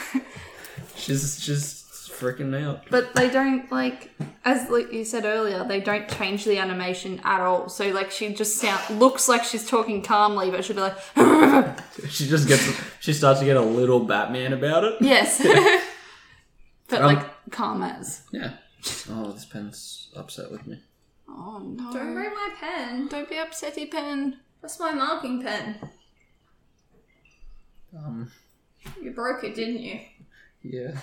Speaker 2: *laughs* she's she's freaking out.
Speaker 4: But they don't like, as like you said earlier, they don't change the animation at all. So like she just sound looks like she's talking calmly, but she'll be like, *laughs*
Speaker 2: She just gets she starts to get a little Batman about it.
Speaker 4: yes, but
Speaker 2: Um,
Speaker 4: like calm as.
Speaker 2: Yeah. Oh, this pen's upset with me.
Speaker 4: Oh no!
Speaker 1: Don't bring my pen.
Speaker 4: Don't be upsetty, Pen.
Speaker 1: That's my marking pen.
Speaker 2: Um.
Speaker 1: You broke it, didn't you?
Speaker 2: Yeah.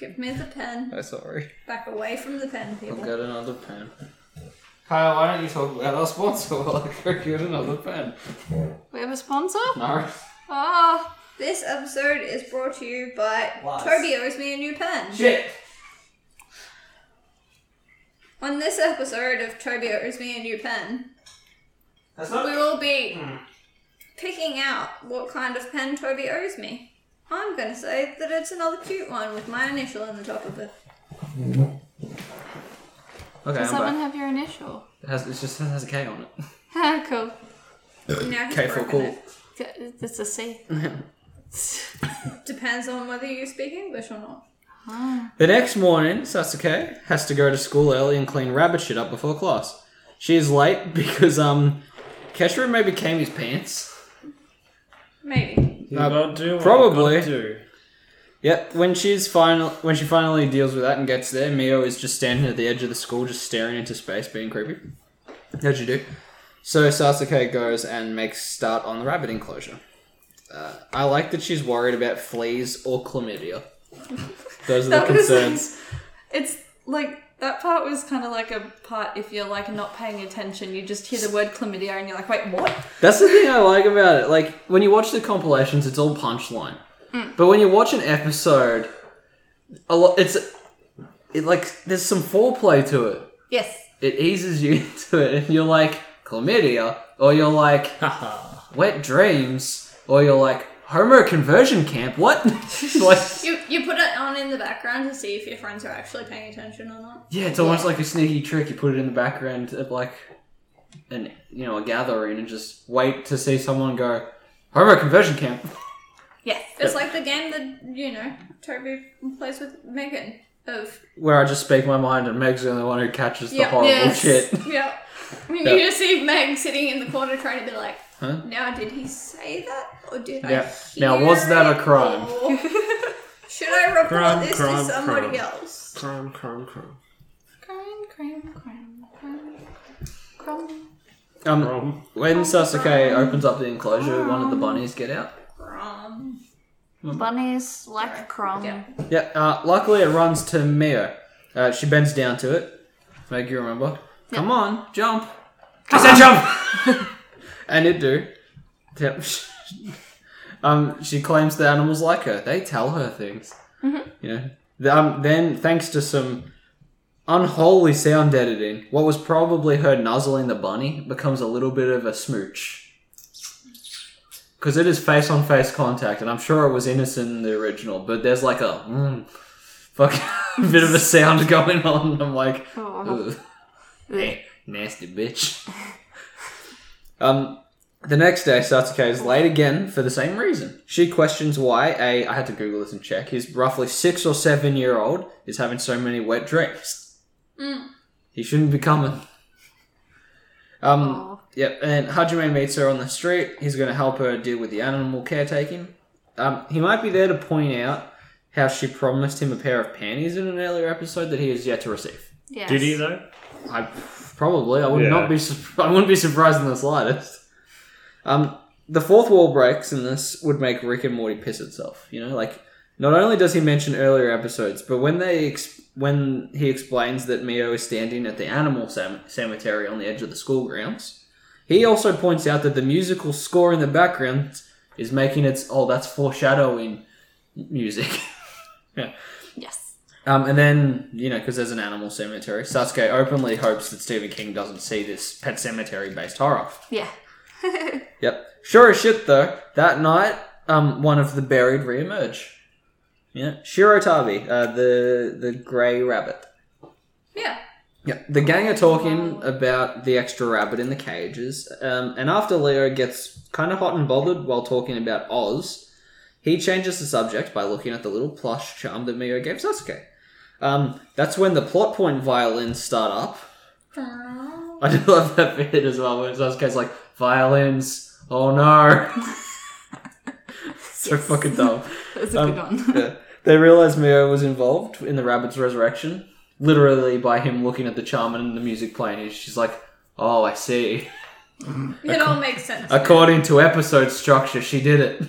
Speaker 1: Give me the pen.
Speaker 2: Oh, sorry.
Speaker 1: Back away from the pen,
Speaker 2: I'll
Speaker 1: people.
Speaker 2: get another pen. Kyle, why don't you talk about our sponsor while *laughs* I go get another pen?
Speaker 4: We have a sponsor.
Speaker 2: No.
Speaker 4: Ah,
Speaker 1: This episode is brought to you by
Speaker 2: Lies.
Speaker 1: Toby owes me a new pen.
Speaker 2: Shit.
Speaker 1: On this episode of Toby owes me a new pen,
Speaker 2: That's
Speaker 1: we will be
Speaker 2: Hmm.
Speaker 1: picking out what kind of pen Toby owes me. I'm gonna say that it's another cute one with my initial in the top of it.
Speaker 2: Okay,
Speaker 4: does that
Speaker 2: I'm
Speaker 4: one
Speaker 2: back.
Speaker 4: have your initial? *laughs*
Speaker 2: It has, it's just, it has a K on it.
Speaker 4: Ah, cool.
Speaker 1: Now he's
Speaker 2: K for
Speaker 1: broken
Speaker 2: cool.
Speaker 1: it.
Speaker 4: It's a C.
Speaker 1: Depends on whether you speak English or not.
Speaker 2: The next morning, Sasuke has to go to school early and clean rabbit shit up before class. She is late because, um, Keshira maybe came his pants.
Speaker 1: Maybe.
Speaker 5: You
Speaker 2: Uh,
Speaker 5: gotta do what
Speaker 2: probably.
Speaker 5: You gotta do.
Speaker 2: Yep, when she's final when she finally deals with that and gets there, Mio is just standing at the edge of the school, just staring into space, being creepy. How'd you do? So Sasuke goes and makes start on the rabbit enclosure. Uh, I like that she's worried about fleas or chlamydia. Those are the
Speaker 4: That was-
Speaker 2: concerns.
Speaker 4: *laughs* It's like that part was kind of like a part if you're like not paying attention, you just hear the word chlamydia and you're like, wait, what?
Speaker 2: That's the thing I like about it. Like when you watch the compilations, it's all punchline, but when you watch an episode, a lot it's it like there's some foreplay to it.
Speaker 4: Yes.
Speaker 2: it eases you *laughs* into it, and you're like chlamydia, or you're like wet dreams, or you're like homo conversion camp. What? *laughs* like,
Speaker 1: You, you put it on in the background to see if your friends are actually paying attention or not.
Speaker 2: yeah, it's almost like a sneaky trick. You put it in the background of like an you know a gathering, and just wait to see someone go homo conversion camp.
Speaker 4: Yes.
Speaker 1: It's like the game that, you know, Toby plays with Megan of
Speaker 2: Where I just speak my mind, and Meg's the only one who catches the
Speaker 1: Yeah.
Speaker 2: horrible
Speaker 4: Yes.
Speaker 2: shit.
Speaker 1: *laughs* Yeah. You
Speaker 2: Yeah.
Speaker 1: just see Meg sitting in the corner trying to be like,
Speaker 2: Huh?
Speaker 1: now did he say that? Or did
Speaker 2: Yeah.
Speaker 1: I
Speaker 2: Now,
Speaker 1: hear
Speaker 2: was that a
Speaker 1: it?
Speaker 2: crime? *laughs*
Speaker 1: Or Should I report
Speaker 5: Crime,
Speaker 1: this
Speaker 5: crime,
Speaker 1: to somebody
Speaker 5: crime.
Speaker 1: else?
Speaker 5: Crime, crime, crime.
Speaker 4: Cram, cram, cram, cram, cram.
Speaker 2: Um,
Speaker 5: Wrong.
Speaker 2: when Sasuke opens up the enclosure, one of the bunnies get out.
Speaker 1: Crime.
Speaker 4: Bunnies like crumb.
Speaker 1: Yeah.
Speaker 2: Yeah, uh, luckily it runs to Mio. Uh, she bends down to it. Make you remember. Come on, jump. I said jump! *laughs* and it do. Yep. *laughs* um, she claims the animals like her. They tell her things. Mm-hmm. You know. The- Um, then, thanks to some unholy sound editing, what was probably her nuzzling the bunny becomes a little bit of a smooch. Because it is face on face contact, and I'm sure it was innocent in the original, but there's like a mm, fuck *laughs* bit of a sound *laughs* going on. I'm like,
Speaker 4: Oh.
Speaker 2: "Ugh." Nasty bitch. *laughs* um, the next day, Satsuke is late again for the same reason. She questions why a I had to Google this and check. His roughly six or seven year old is having so many wet dreams. He shouldn't be coming. Um,
Speaker 4: Aw.
Speaker 2: yep. And Hajime meets her on the street. He's going to help her deal with the animal caretaking. Um, he might be there to point out how she promised him a pair of panties in an earlier episode that he has yet to receive.
Speaker 4: Yes.
Speaker 5: Did he though?
Speaker 2: I probably I would
Speaker 5: Yeah.
Speaker 2: not be surp- *laughs* I wouldn't be surprised in the slightest. Um, the fourth wall breaks, and this would make Rick and Morty piss itself. You know, like not only does he mention earlier episodes, but when they ex- when he explains that Mio is standing at the animal sam- cemetery on the edge of the school grounds, he also points out that the musical score in the background *laughs* is making its oh that's foreshadowing music.
Speaker 4: Yes.
Speaker 2: Um, and then, you know, because there's an animal cemetery, Sasuke openly hopes that Stephen King doesn't see this pet cemetery based horror.
Speaker 4: Yeah.
Speaker 2: Yep. Sure as shit, though, that night, um, one of the buried reemerge. Yeah. Shirotabi, uh, the, the grey rabbit.
Speaker 1: Yeah.
Speaker 2: Yeah, the gang are talking about the extra rabbit in the cages, um, and after Leo gets kind of hot and bothered while talking about Oz, he changes the subject by looking at the little plush charm that Mio gave Sasuke. Um, that's when the plot point violins start up. *laughs* I do love that bit as well, when Sasuke's like, violins, oh no. *laughs* so fucking dumb.
Speaker 4: That's a good one. *laughs*
Speaker 2: Yeah. They realized Mio was involved in the rabbit's resurrection, literally by him looking at the charm and the music playing. and She's like, "Oh, I see."
Speaker 1: It all makes sense.
Speaker 2: According to episode structure, she did it.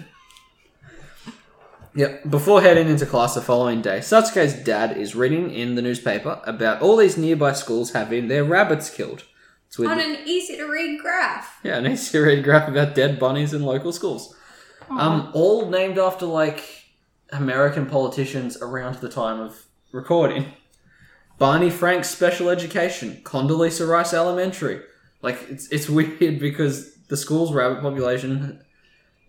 Speaker 2: Yep. Before heading into class the following day, Satsuke's dad is reading in the newspaper about all these nearby schools having their rabbits killed. It's with
Speaker 1: On an easy to read graph.
Speaker 2: *laughs* yeah, an easy to read graph about dead bunnies in local schools. Um, all named after like American politicians around the time of recording. Barney Frank Special Education, Condoleezza Rice Elementary. Like it's it's *laughs* weird because the school's rabbit population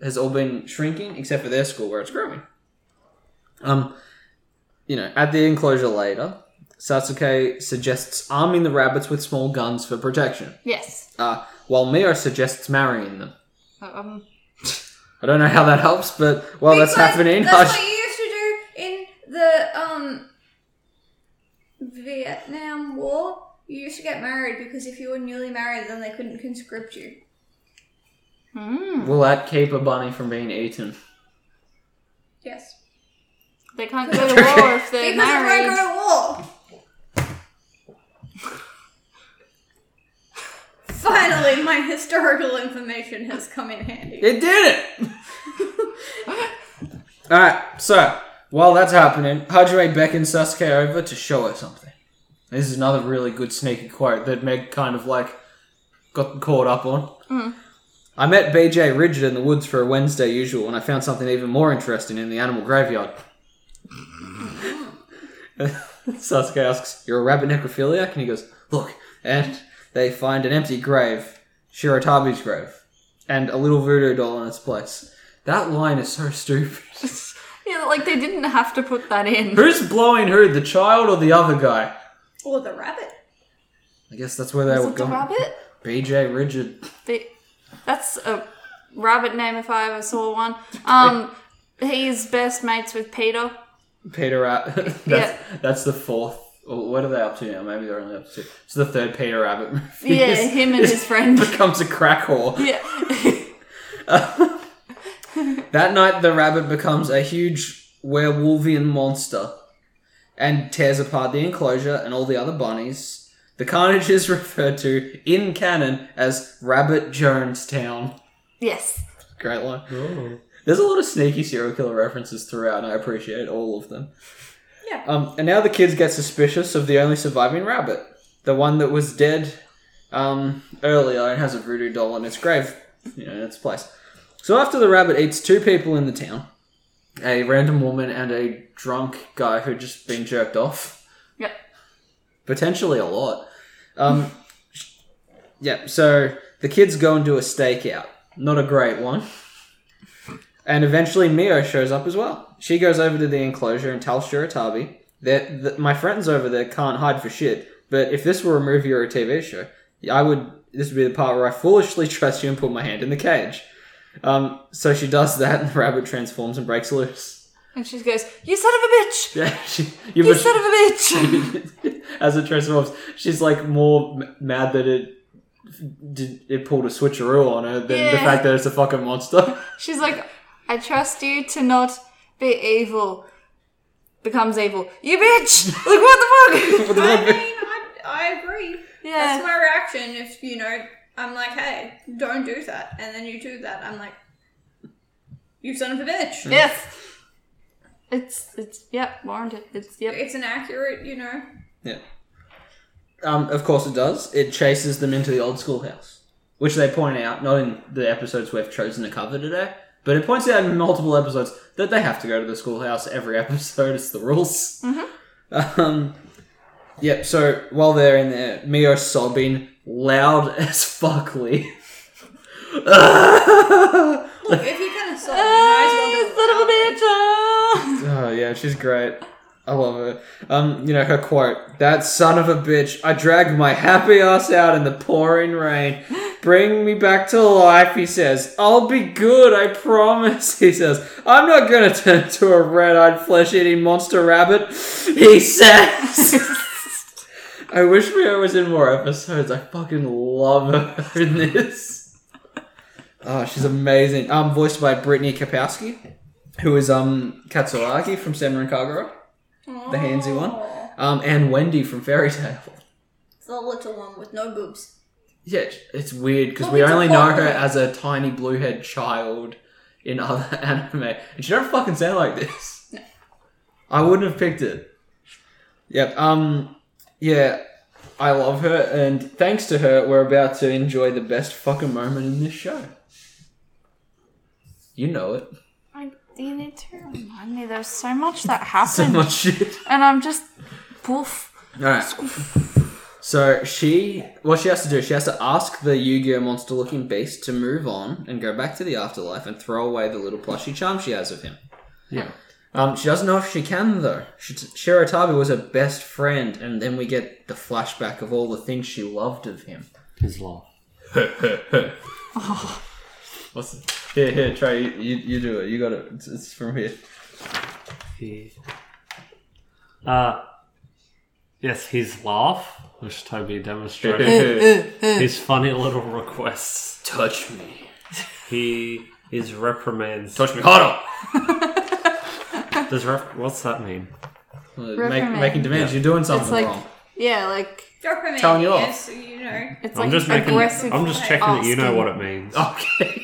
Speaker 2: has all been shrinking except for their school where it's growing. Um, you know, at the enclosure later, Satsuke suggests arming the rabbits with small guns for protection
Speaker 4: Yes.
Speaker 2: uh, while Mio suggests marrying them.
Speaker 4: Um,
Speaker 2: I don't know how that helps, but while Oh, that's
Speaker 1: Because
Speaker 2: happening, *laughs*
Speaker 1: That's
Speaker 2: I-
Speaker 1: what you used to do in the um Vietnam War. You used to get married because if you were newly married, then they couldn't conscript you.
Speaker 4: hmm.
Speaker 2: will that keep a bunny from being eaten?
Speaker 1: Yes.
Speaker 4: they can't go to war if they're
Speaker 1: Because it won't
Speaker 4: married.
Speaker 1: go to war.
Speaker 4: *laughs*
Speaker 1: Finally, my historical information has come in handy.
Speaker 2: It did it! *laughs* Alright, so while that's happening, Hajime beckons Sasuke over to show her something. This is another really good sneaky quote that Meg kind of like got caught up on. I met BJ Ridget in the woods for a Wednesday usual, and I found something even more interesting in the animal graveyard. *laughs* Sasuke asks, You're a rabbit necrophiliac? And he goes, Look. And they find an empty grave, Shirotabi's grave, and a little voodoo doll in its place. That line is so stupid. *laughs*
Speaker 4: Yeah, like they didn't have to put that in.
Speaker 2: Who's blowing who, the child or the other guy?
Speaker 1: Or the rabbit.
Speaker 2: I guess that's where they
Speaker 4: Is
Speaker 2: were
Speaker 4: it the
Speaker 2: going.
Speaker 4: rabbit?
Speaker 2: BJ Ridget.
Speaker 4: The- that's a rabbit name if I ever saw one. Um, he's best mates with Peter.
Speaker 2: Peter Rabbit. *laughs* that's,
Speaker 4: Yeah.
Speaker 2: that's the fourth. or What are they up to now? Maybe they're only up to. It's the third Peter Rabbit movie.
Speaker 4: Yeah, him
Speaker 2: *laughs*
Speaker 4: and his friend.
Speaker 2: becomes a crack whore.
Speaker 4: Yeah.
Speaker 2: That night, the rabbit becomes a huge werewolfian monster and tears apart the enclosure and all the other bunnies. The carnage is *laughs* referred to in canon as Rabbit Jones Town.
Speaker 4: *laughs* yes.
Speaker 2: Great line. There's a lot of sneaky serial killer references throughout, and I appreciate all of them.
Speaker 1: Yeah.
Speaker 2: Um, and now the kids get suspicious of the only surviving rabbit, the one that was dead um, earlier and has a voodoo doll in its grave, you know, in its place. So after the rabbit eats two people in the town, a random woman and a drunk guy who'd just been jerked off
Speaker 4: Yep.
Speaker 2: potentially a lot. Um, yeah, so the kids go and do a stakeout. Not a great one. And eventually Mio shows up as well. She goes over to the enclosure and tells Shiratabi that, that my friends over there can't hide for shit, but if this were a movie or a TV show, I would. This would be the part where I foolishly *laughs* trust you and put my hand in the cage. Um, so she does *laughs* that, and the rabbit transforms and breaks loose. *laughs*
Speaker 4: And she goes, "You son of a bitch!
Speaker 2: Yeah, she, you
Speaker 4: You
Speaker 2: bet-
Speaker 4: son of a bitch!"
Speaker 2: *laughs*
Speaker 4: *laughs*
Speaker 2: as it transforms, she's like more m- mad that it did it pulled a switcheroo on her than the
Speaker 4: Yeah.
Speaker 2: fact that it's a fucking monster. *laughs*
Speaker 4: She's like, "I trust you to not be evil." Becomes evil. You bitch! Like what the fuck? *laughs*
Speaker 2: *laughs*
Speaker 1: I mean, I, I agree.
Speaker 4: yeah.
Speaker 1: That's my reaction if, you know, I'm like, hey, don't do that. And then you do that. I'm like, you son of a bitch.
Speaker 4: yes. It's it's yep warranted. It's yep.
Speaker 1: It's an accurate,
Speaker 2: *laughs*
Speaker 1: you know.
Speaker 2: yeah. Um, of course it does. It chases them into the old schoolhouse, which they point out not in the episodes we've chosen to cover today, but *laughs* it points out in multiple episodes that they have to go to the schoolhouse every episode. It's the rules. Um, yep. So while they're in there, Mio sobbing loud *laughs* as *laughs* fuckly. oh
Speaker 1: Look, if you're gonna solve it, you
Speaker 4: Ah,
Speaker 1: might as well do it without it.
Speaker 4: *laughs*
Speaker 2: Oh, yeah, she's great. I love her. Um, you know her quote: "That son of a bitch! I dragged my happy ass out in the pouring rain. Bring me back to life," he says. "I'll be good, I promise," he says. "I'm not gonna turn *laughs* into a red-eyed, flesh-eating monster rabbit," he says. *laughs* I wish Mia was in more episodes. I fucking love her in this. Oh, she's amazing. Um, voiced by Brittany Kapowski, who is um Katsuragi from Senran Kagura,
Speaker 1: Oh.
Speaker 2: the handsy one, um, and Wendy from Fairy Tale.
Speaker 1: It's the little one with no boobs.
Speaker 2: Yeah, it's weird because
Speaker 1: Well,
Speaker 2: we
Speaker 1: it's a
Speaker 2: only know her
Speaker 1: portrait.
Speaker 2: as a tiny blue-haired child in *laughs* other anime, and she don't fucking sound like this. I wouldn't have picked it. Yep. Um. Yeah, I love her, and thanks to her, we're about to enjoy the best fucking moment in this show. You know it.
Speaker 4: You need to remind me. There's so much that
Speaker 2: So *laughs*
Speaker 4: happened,
Speaker 2: much shit.
Speaker 4: and I'm just poof.
Speaker 2: All right. So she, what she has to do, she has to ask the Yu-Gi-Oh monster-looking beast to move on and go back to the afterlife and throw away the little plushy charm she has of him.
Speaker 5: Yeah.
Speaker 2: Um, she doesn't know if she can though. She, Shirotabi was her best friend, and then we get the flashback of all the things she loved of him.
Speaker 5: His laugh.
Speaker 2: What's it? Here, here, Trey, you, you, you do it. You got it. It's, it's from here.
Speaker 5: Uh, yes, his laugh, which Toby
Speaker 2: *laughs*
Speaker 5: demonstrated. his funny little requests.
Speaker 2: Touch me.
Speaker 5: He is reprimands.
Speaker 2: Touch me harder.
Speaker 5: Does rep- what's that mean?
Speaker 2: Make,
Speaker 4: Reprimand.
Speaker 2: making demands. You're doing something
Speaker 4: It's like
Speaker 2: wrong. *laughs*
Speaker 4: yeah, like
Speaker 1: Drop him in.
Speaker 2: Telling you off.
Speaker 1: yes, you know.
Speaker 4: it's
Speaker 5: I'm
Speaker 4: like
Speaker 5: just making.
Speaker 4: aggressive.
Speaker 5: I'm just checking that you know
Speaker 4: asking.
Speaker 5: what it means.
Speaker 2: Oh, Okay.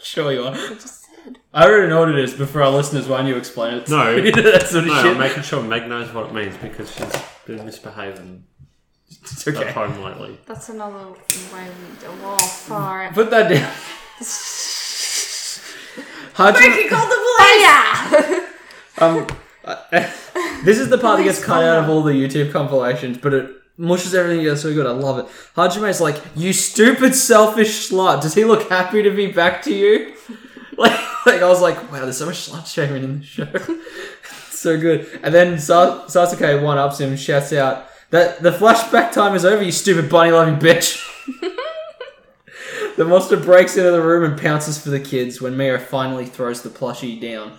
Speaker 2: sure you are.
Speaker 4: I just said.
Speaker 2: I already know what it is, but for our listeners, why don't you explain it?
Speaker 5: No.
Speaker 2: *laughs* that's sort of
Speaker 5: No,
Speaker 2: shit.
Speaker 5: I'm making sure Meg knows what it means because she's been misbehaving
Speaker 2: It's
Speaker 5: at
Speaker 2: okay.
Speaker 5: home lately.
Speaker 4: That's another way we do. Oh, Well, far.
Speaker 2: Put that down.
Speaker 1: Breaking
Speaker 2: Hajime,
Speaker 1: called the
Speaker 2: *laughs*
Speaker 1: police.
Speaker 2: um, uh, this is the part that gets cut out of all the YouTube compilations, but it mushes everything together so good. I love it. Hajime's like, "You stupid, selfish slut." Does he look happy to be back to you? *laughs* Like, like I was like, "Wow, there's so much slut shaming in the show." *laughs* so good. And then Sa- Sasuke one ups him, and shouts out, "That the flashback time is over, you stupid bunny loving bitch." *laughs* The monster breaks into the room and pounces for the kids when Mia finally throws the plushie down.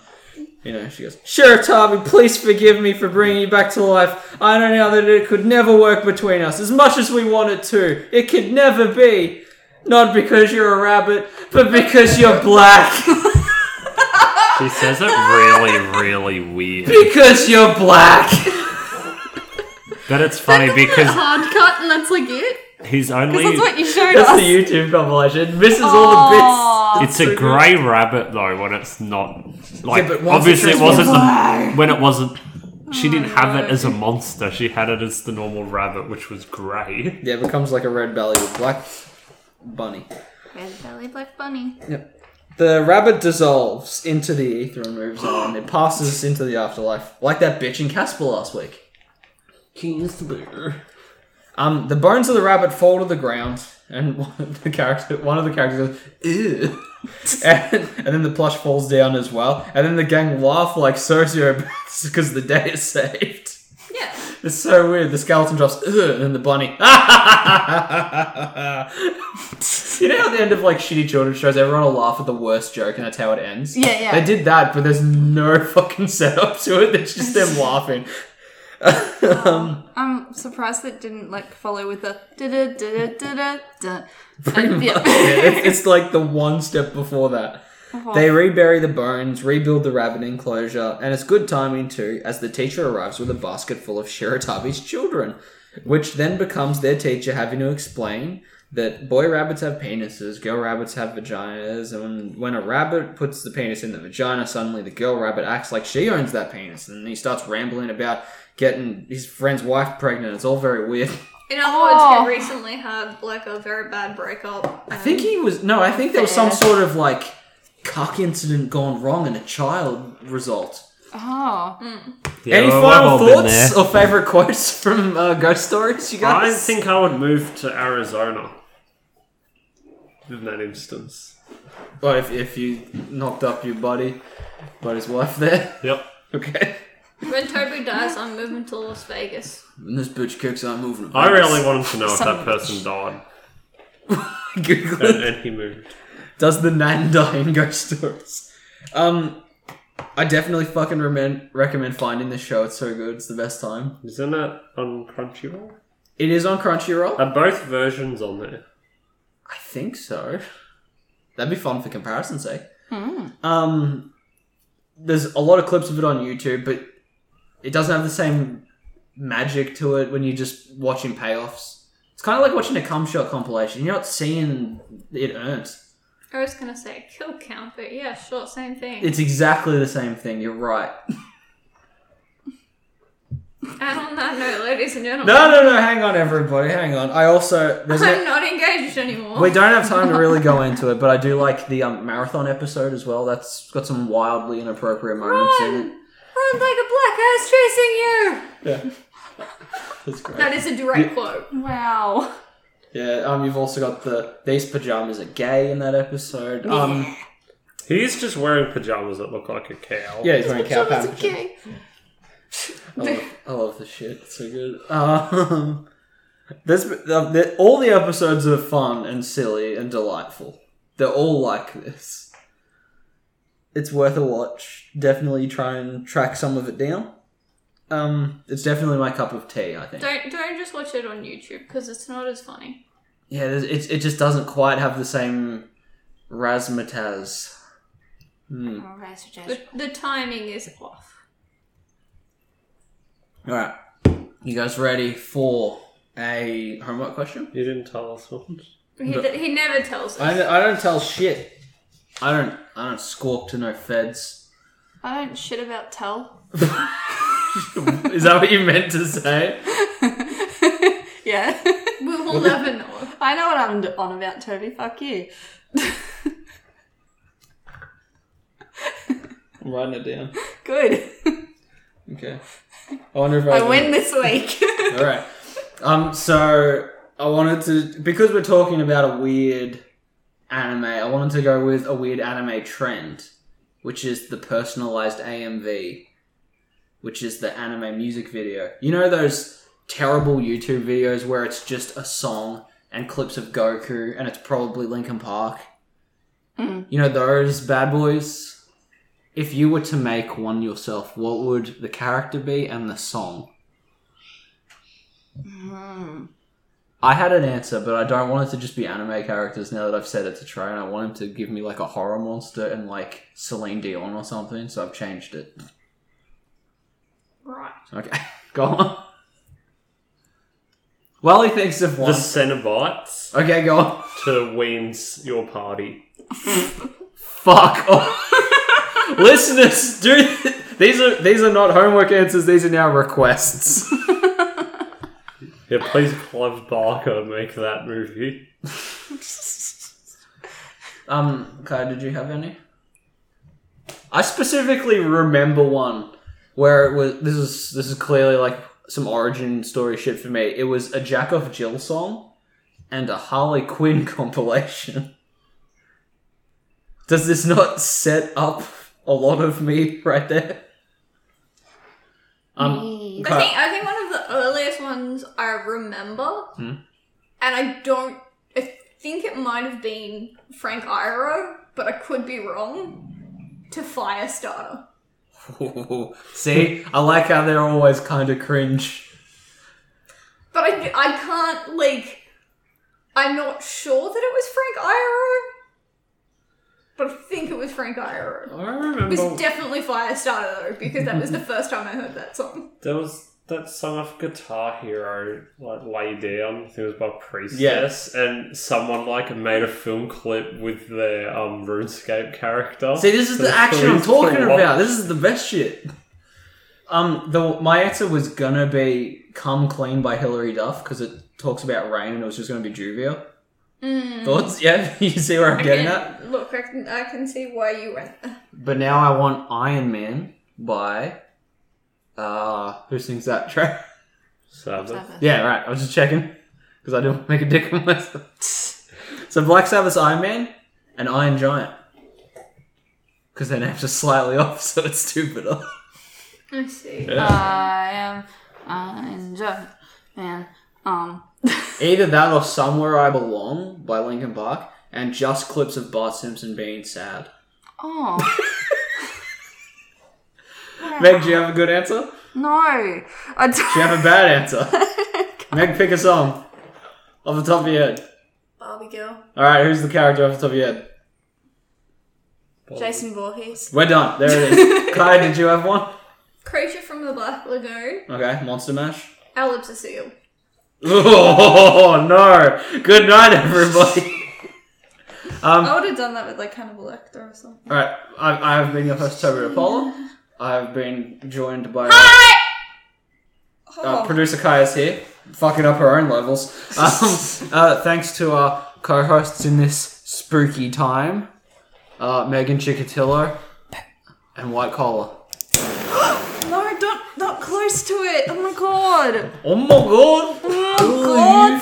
Speaker 2: You know, she goes, Sheriff Tarby, please forgive me for bringing you back to life. I know now that it could never work between us, as much as we want it to. It could never be. Not because you're a rabbit, but because you're black. *laughs*
Speaker 5: She says it really,
Speaker 2: *laughs*
Speaker 5: really weird.
Speaker 2: because you're black.
Speaker 5: But it's funny because
Speaker 4: *laughs* hard cut, and that's like it.
Speaker 5: he's only.
Speaker 4: Because that's what you showed
Speaker 2: That's
Speaker 4: us.
Speaker 2: the YouTube compilation. It misses all the bits.
Speaker 5: It's a grey rabbit though when it's not like
Speaker 2: but once
Speaker 5: obviously
Speaker 2: it
Speaker 5: it
Speaker 2: turns Oh,
Speaker 5: wasn't the, *laughs* when it wasn't she didn't have it as a monster she had it as the normal rabbit which was grey
Speaker 2: Yeah, it becomes like a red belly with black bunny.
Speaker 4: Red belly black bunny.
Speaker 2: Yep. The rabbit dissolves into the ether and moves on. It passes into the afterlife, like that bitch in Casper last week. Um, the bones of the rabbit fall to the ground, and *laughs* one of the character, one of the characters goes, "Ew," *laughs* and, and then the plush falls down as well. And then the gang laugh like sociopaths *laughs* because the day is saved.
Speaker 1: Yeah.
Speaker 2: It's so weird. The skeleton drops, Ugh, and then the bunny. *laughs* you know how at the end of like shitty children's shows, everyone will laugh at the worst joke, and that's how it ends.
Speaker 4: Yeah, yeah.
Speaker 2: They did that, but there's no fucking *laughs* setup to it. It's just them laughing. um,
Speaker 4: I'm surprised that didn't like follow with the da da da da da da.
Speaker 2: yeah, it's, it's like the one step before that. They rebury the bones, rebuild the rabbit enclosure, and it's good timing too, as the teacher arrives with a basket full of Shiratabi's children, which then becomes their teacher having to explain that boy rabbits have penises, girl rabbits have vaginas, and when a rabbit puts the penis in the vagina, suddenly the girl rabbit acts like she owns that penis, and he starts rambling about getting his friend's wife pregnant. It's all very weird.
Speaker 1: In other words,
Speaker 4: Oh.
Speaker 1: he recently had like a very bad breakup.
Speaker 2: I think he was no. I think there was some
Speaker 4: Fair.
Speaker 2: sort of like cock incident gone wrong and a child result.
Speaker 4: *laughs* Oh.
Speaker 5: Yeah,
Speaker 2: Any
Speaker 5: well, we've
Speaker 2: final
Speaker 5: all been
Speaker 2: thoughts
Speaker 5: there.
Speaker 2: or favorite quotes from uh, Ghost Stories, you
Speaker 5: I
Speaker 2: guys?
Speaker 5: think I would move to Arizona in that instance.
Speaker 2: Well, if, if you knocked up your buddy, buddy's wife there. *laughs*
Speaker 5: Yep.
Speaker 2: Okay.
Speaker 1: When Toby dies, I'm moving to Las Vegas.
Speaker 2: When this bitch kicks, I'm moving. to
Speaker 5: I
Speaker 2: Vegas.
Speaker 5: really wanted to know if
Speaker 4: Son of
Speaker 5: that
Speaker 4: a
Speaker 5: person died
Speaker 2: *laughs* Google it.
Speaker 5: and, and he moved.
Speaker 2: Does the Nan die in Ghost Stories? Um, I definitely fucking remen- recommend finding this show. It's so good. It's the best time.
Speaker 5: Isn't that on Crunchyroll?
Speaker 2: It is on Crunchyroll.
Speaker 5: Are both versions on there?
Speaker 2: I think so. That'd be fun for comparison's sake. Um, there's a lot of clips of it on YouTube, but it doesn't have the same magic to it when you're just watching payoffs. It's kind of like watching a cum shot compilation. You're not seeing it earned.
Speaker 1: I was gonna say kill count, but yeah, sure, same thing.
Speaker 2: It's exactly the same thing. You're right.
Speaker 1: and on that note, ladies and gentlemen,
Speaker 2: No, no, no. Hang on, everybody. Hang on. I also there's
Speaker 1: *laughs* I'm
Speaker 2: a,
Speaker 1: not engaged anymore.
Speaker 2: we don't have time to really go into it, but I do like the um, marathon episode as well. That's got some wildly inappropriate moments in it.
Speaker 1: Run like a black ass chasing you.
Speaker 2: Yeah. *laughs* That's great.
Speaker 1: That is a direct quote.
Speaker 4: Wow.
Speaker 2: yeah, um, you've also got the these pajamas are gay in that episode. Um,
Speaker 5: He's just wearing pajamas that look like a cow.
Speaker 2: yeah, he's wearing cow
Speaker 4: *laughs* Someone's
Speaker 2: pants.
Speaker 4: gay.
Speaker 2: I love, I love this shit. It's so good. Um, there's uh, there- all the episodes are fun and silly and delightful. They're all like this. It's worth a watch. Definitely try and track some of it down. Um, it's definitely my cup of tea. I think.
Speaker 1: Don't don't just watch it on YouTube because it's not as funny.
Speaker 2: Yeah, there's- it, it just doesn't quite have the same razzmatazz.
Speaker 1: The, the timing is off.
Speaker 2: All right, you guys ready for a homework question?
Speaker 5: You didn't tell us one.
Speaker 1: He, he never tells us.
Speaker 2: I, I don't tell shit. I don't I don't squawk to no feds.
Speaker 4: I don't shit about tell.
Speaker 2: *laughs* Is that what you meant to say?
Speaker 4: Yeah. *laughs*
Speaker 1: We will never know.
Speaker 4: I know what I'm d- on about, Toby. Fuck you. *laughs*
Speaker 2: I'm writing it down.
Speaker 4: Good.
Speaker 2: Okay. I wonder if I,
Speaker 4: I win this week.
Speaker 5: *laughs*
Speaker 2: *laughs* All right. Um. So I wanted to because we're talking about a weird anime. I wanted to go with a weird anime trend, which is the personalized AMV, which is the anime music video. You know those terrible YouTube videos where it's just a song and clips of Goku, and it's probably Linkin Park. You know those bad boys. If you were to make one yourself, what would the character be and the song? I had an answer, but I don't want it to just be anime characters now that I've said it to try, and I want him to give me like a horror monster and like Celine Dion or something, so I've changed it.
Speaker 1: Right.
Speaker 2: Okay, *laughs* go on. Well, he thinks of
Speaker 5: The
Speaker 2: one.
Speaker 5: Cenobites
Speaker 2: Okay, go on.
Speaker 5: to Weems your party.
Speaker 2: Fuck off. *laughs* Listeners, do *laughs* th- these are these are not homework answers, these are now requests.
Speaker 5: Yeah, please, Clive Barker, make that movie.
Speaker 2: *laughs* Um, Kai, did you have any? I specifically remember one where it was. This is this is clearly like some origin story shit for me. It was a Jack of Jill song and a Harley Quinn *laughs* compilation. Does this not set up a lot of me right there? Um,
Speaker 1: I think
Speaker 2: Kai,
Speaker 1: I think one of the earliest ones I remember,
Speaker 2: Hmm.
Speaker 1: and I don't. I think it might have been Frank Iroh, but I could be wrong. To Firestarter.
Speaker 2: see, I like how they're always kind of cringe.
Speaker 1: But I, I can't, like, I'm not sure that it was Frank Iroh, but I think it was Frank Iroh.
Speaker 5: I
Speaker 1: It was
Speaker 5: remember
Speaker 1: definitely Firestarter, though, because that was the first time I heard that song.
Speaker 5: there was that song off Guitar Hero, like Lay Down. I think it was by Priestess, and someone like made a film clip with their um RuneScape character.
Speaker 2: See, this is
Speaker 5: So
Speaker 2: the action I'm
Speaker 5: it's cool.
Speaker 2: talking about. This is the best shit. Um, the my answer was gonna be "Come Clean" by Hilary Duff because it talks about rain and it was just gonna be Juvia. Thoughts? Yeah, *laughs* you see where I'm getting at.
Speaker 1: Look, I can, I can see why you went there.
Speaker 2: But now I want Iron Man by uh who sings that track?
Speaker 5: Sabbath.
Speaker 2: yeah, right. I was just checking because I didn't want to make a dick of myself. *laughs* so Black Sabbath's Iron Man and Iron Giant because their names are slightly *laughs* off, so it's stupider.
Speaker 1: I see.
Speaker 4: Uh, I am I'm Joe. Man. Um
Speaker 2: Either that or Somewhere I Belong by Linkin Park and just clips of Bart Simpson being sad.
Speaker 4: Oh
Speaker 2: Meg, do you have a good answer?
Speaker 4: no. I do
Speaker 2: Do you have a bad answer? *laughs* Meg, pick a song off the top of your head.
Speaker 1: Barbie girl.
Speaker 2: All right, who's the character off the top of your head?
Speaker 4: Jason Voorhees.
Speaker 2: We're done. There it is. Kai, did you have one?
Speaker 1: Creature from the Black Lagoon.
Speaker 2: Okay, Monster Mash.
Speaker 1: Ellipsocele.
Speaker 2: Oh no! Good night, everybody. *laughs* Um,
Speaker 4: I would have done that with like Hannibal Lecter or something.
Speaker 2: All right, I, I've been your host, Toby Apollo. I've been joined by
Speaker 4: Ah!
Speaker 1: Oh,
Speaker 2: uh, producer Kai is here, fucking up her
Speaker 4: *laughs*
Speaker 2: own levels. Um, uh, thanks to our co-hosts in this spooky time, uh, Megan Chicatillo and White Collar.
Speaker 4: *laughs* No, don't not close to it. Oh my god.
Speaker 2: Oh my god!
Speaker 4: Oh
Speaker 2: you
Speaker 4: god,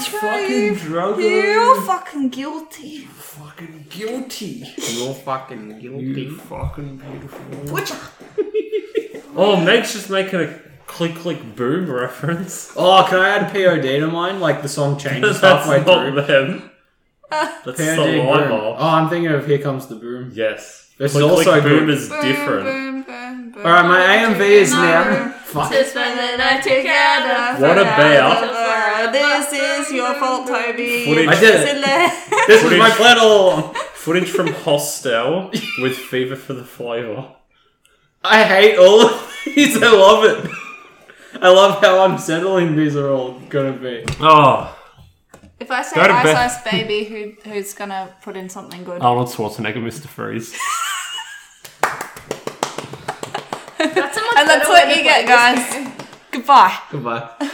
Speaker 4: Trey.
Speaker 2: fucking drug
Speaker 4: You're fucking guilty.
Speaker 2: fucking guilty. You're fucking guilty.
Speaker 5: fucking beautiful.
Speaker 4: Which
Speaker 5: Oh, Meg's just making a click click boom reference.
Speaker 2: Oh, can I add POD to mine? Like the
Speaker 5: *laughs*
Speaker 2: song changes
Speaker 5: That's
Speaker 2: halfway
Speaker 5: not
Speaker 2: through.
Speaker 5: them. That's
Speaker 2: POD
Speaker 5: saliva.
Speaker 2: boom. Oh, I'm thinking of Here Comes the Boom.
Speaker 5: Yes.
Speaker 2: This is
Speaker 5: click
Speaker 2: also
Speaker 5: click boom
Speaker 2: good.
Speaker 5: is different.
Speaker 4: Boom, boom, boom.
Speaker 2: Alright, my AMV is now. *laughs* Fuck.
Speaker 1: To spend the night together.
Speaker 5: What about-
Speaker 4: This is your fault, Toby.
Speaker 5: Footage-
Speaker 2: I did it. This was my plan all along.
Speaker 4: *laughs*
Speaker 5: Footage from Hostel with Fever for the Flavor.
Speaker 2: I hate all of these. *laughs* I love it. I love how unsettling these are all gonna be.
Speaker 5: Oh,
Speaker 4: If I say
Speaker 5: Go to
Speaker 4: Ice
Speaker 5: bed.
Speaker 4: Ice Baby, who who's gonna put in something good?
Speaker 5: Arnold Schwarzenegger, Mr. Freeze.
Speaker 1: That's a much
Speaker 4: And that's
Speaker 1: better
Speaker 4: what
Speaker 1: way to
Speaker 4: you
Speaker 1: play
Speaker 4: get,
Speaker 1: this
Speaker 4: guys. Goodbye.
Speaker 2: Goodbye.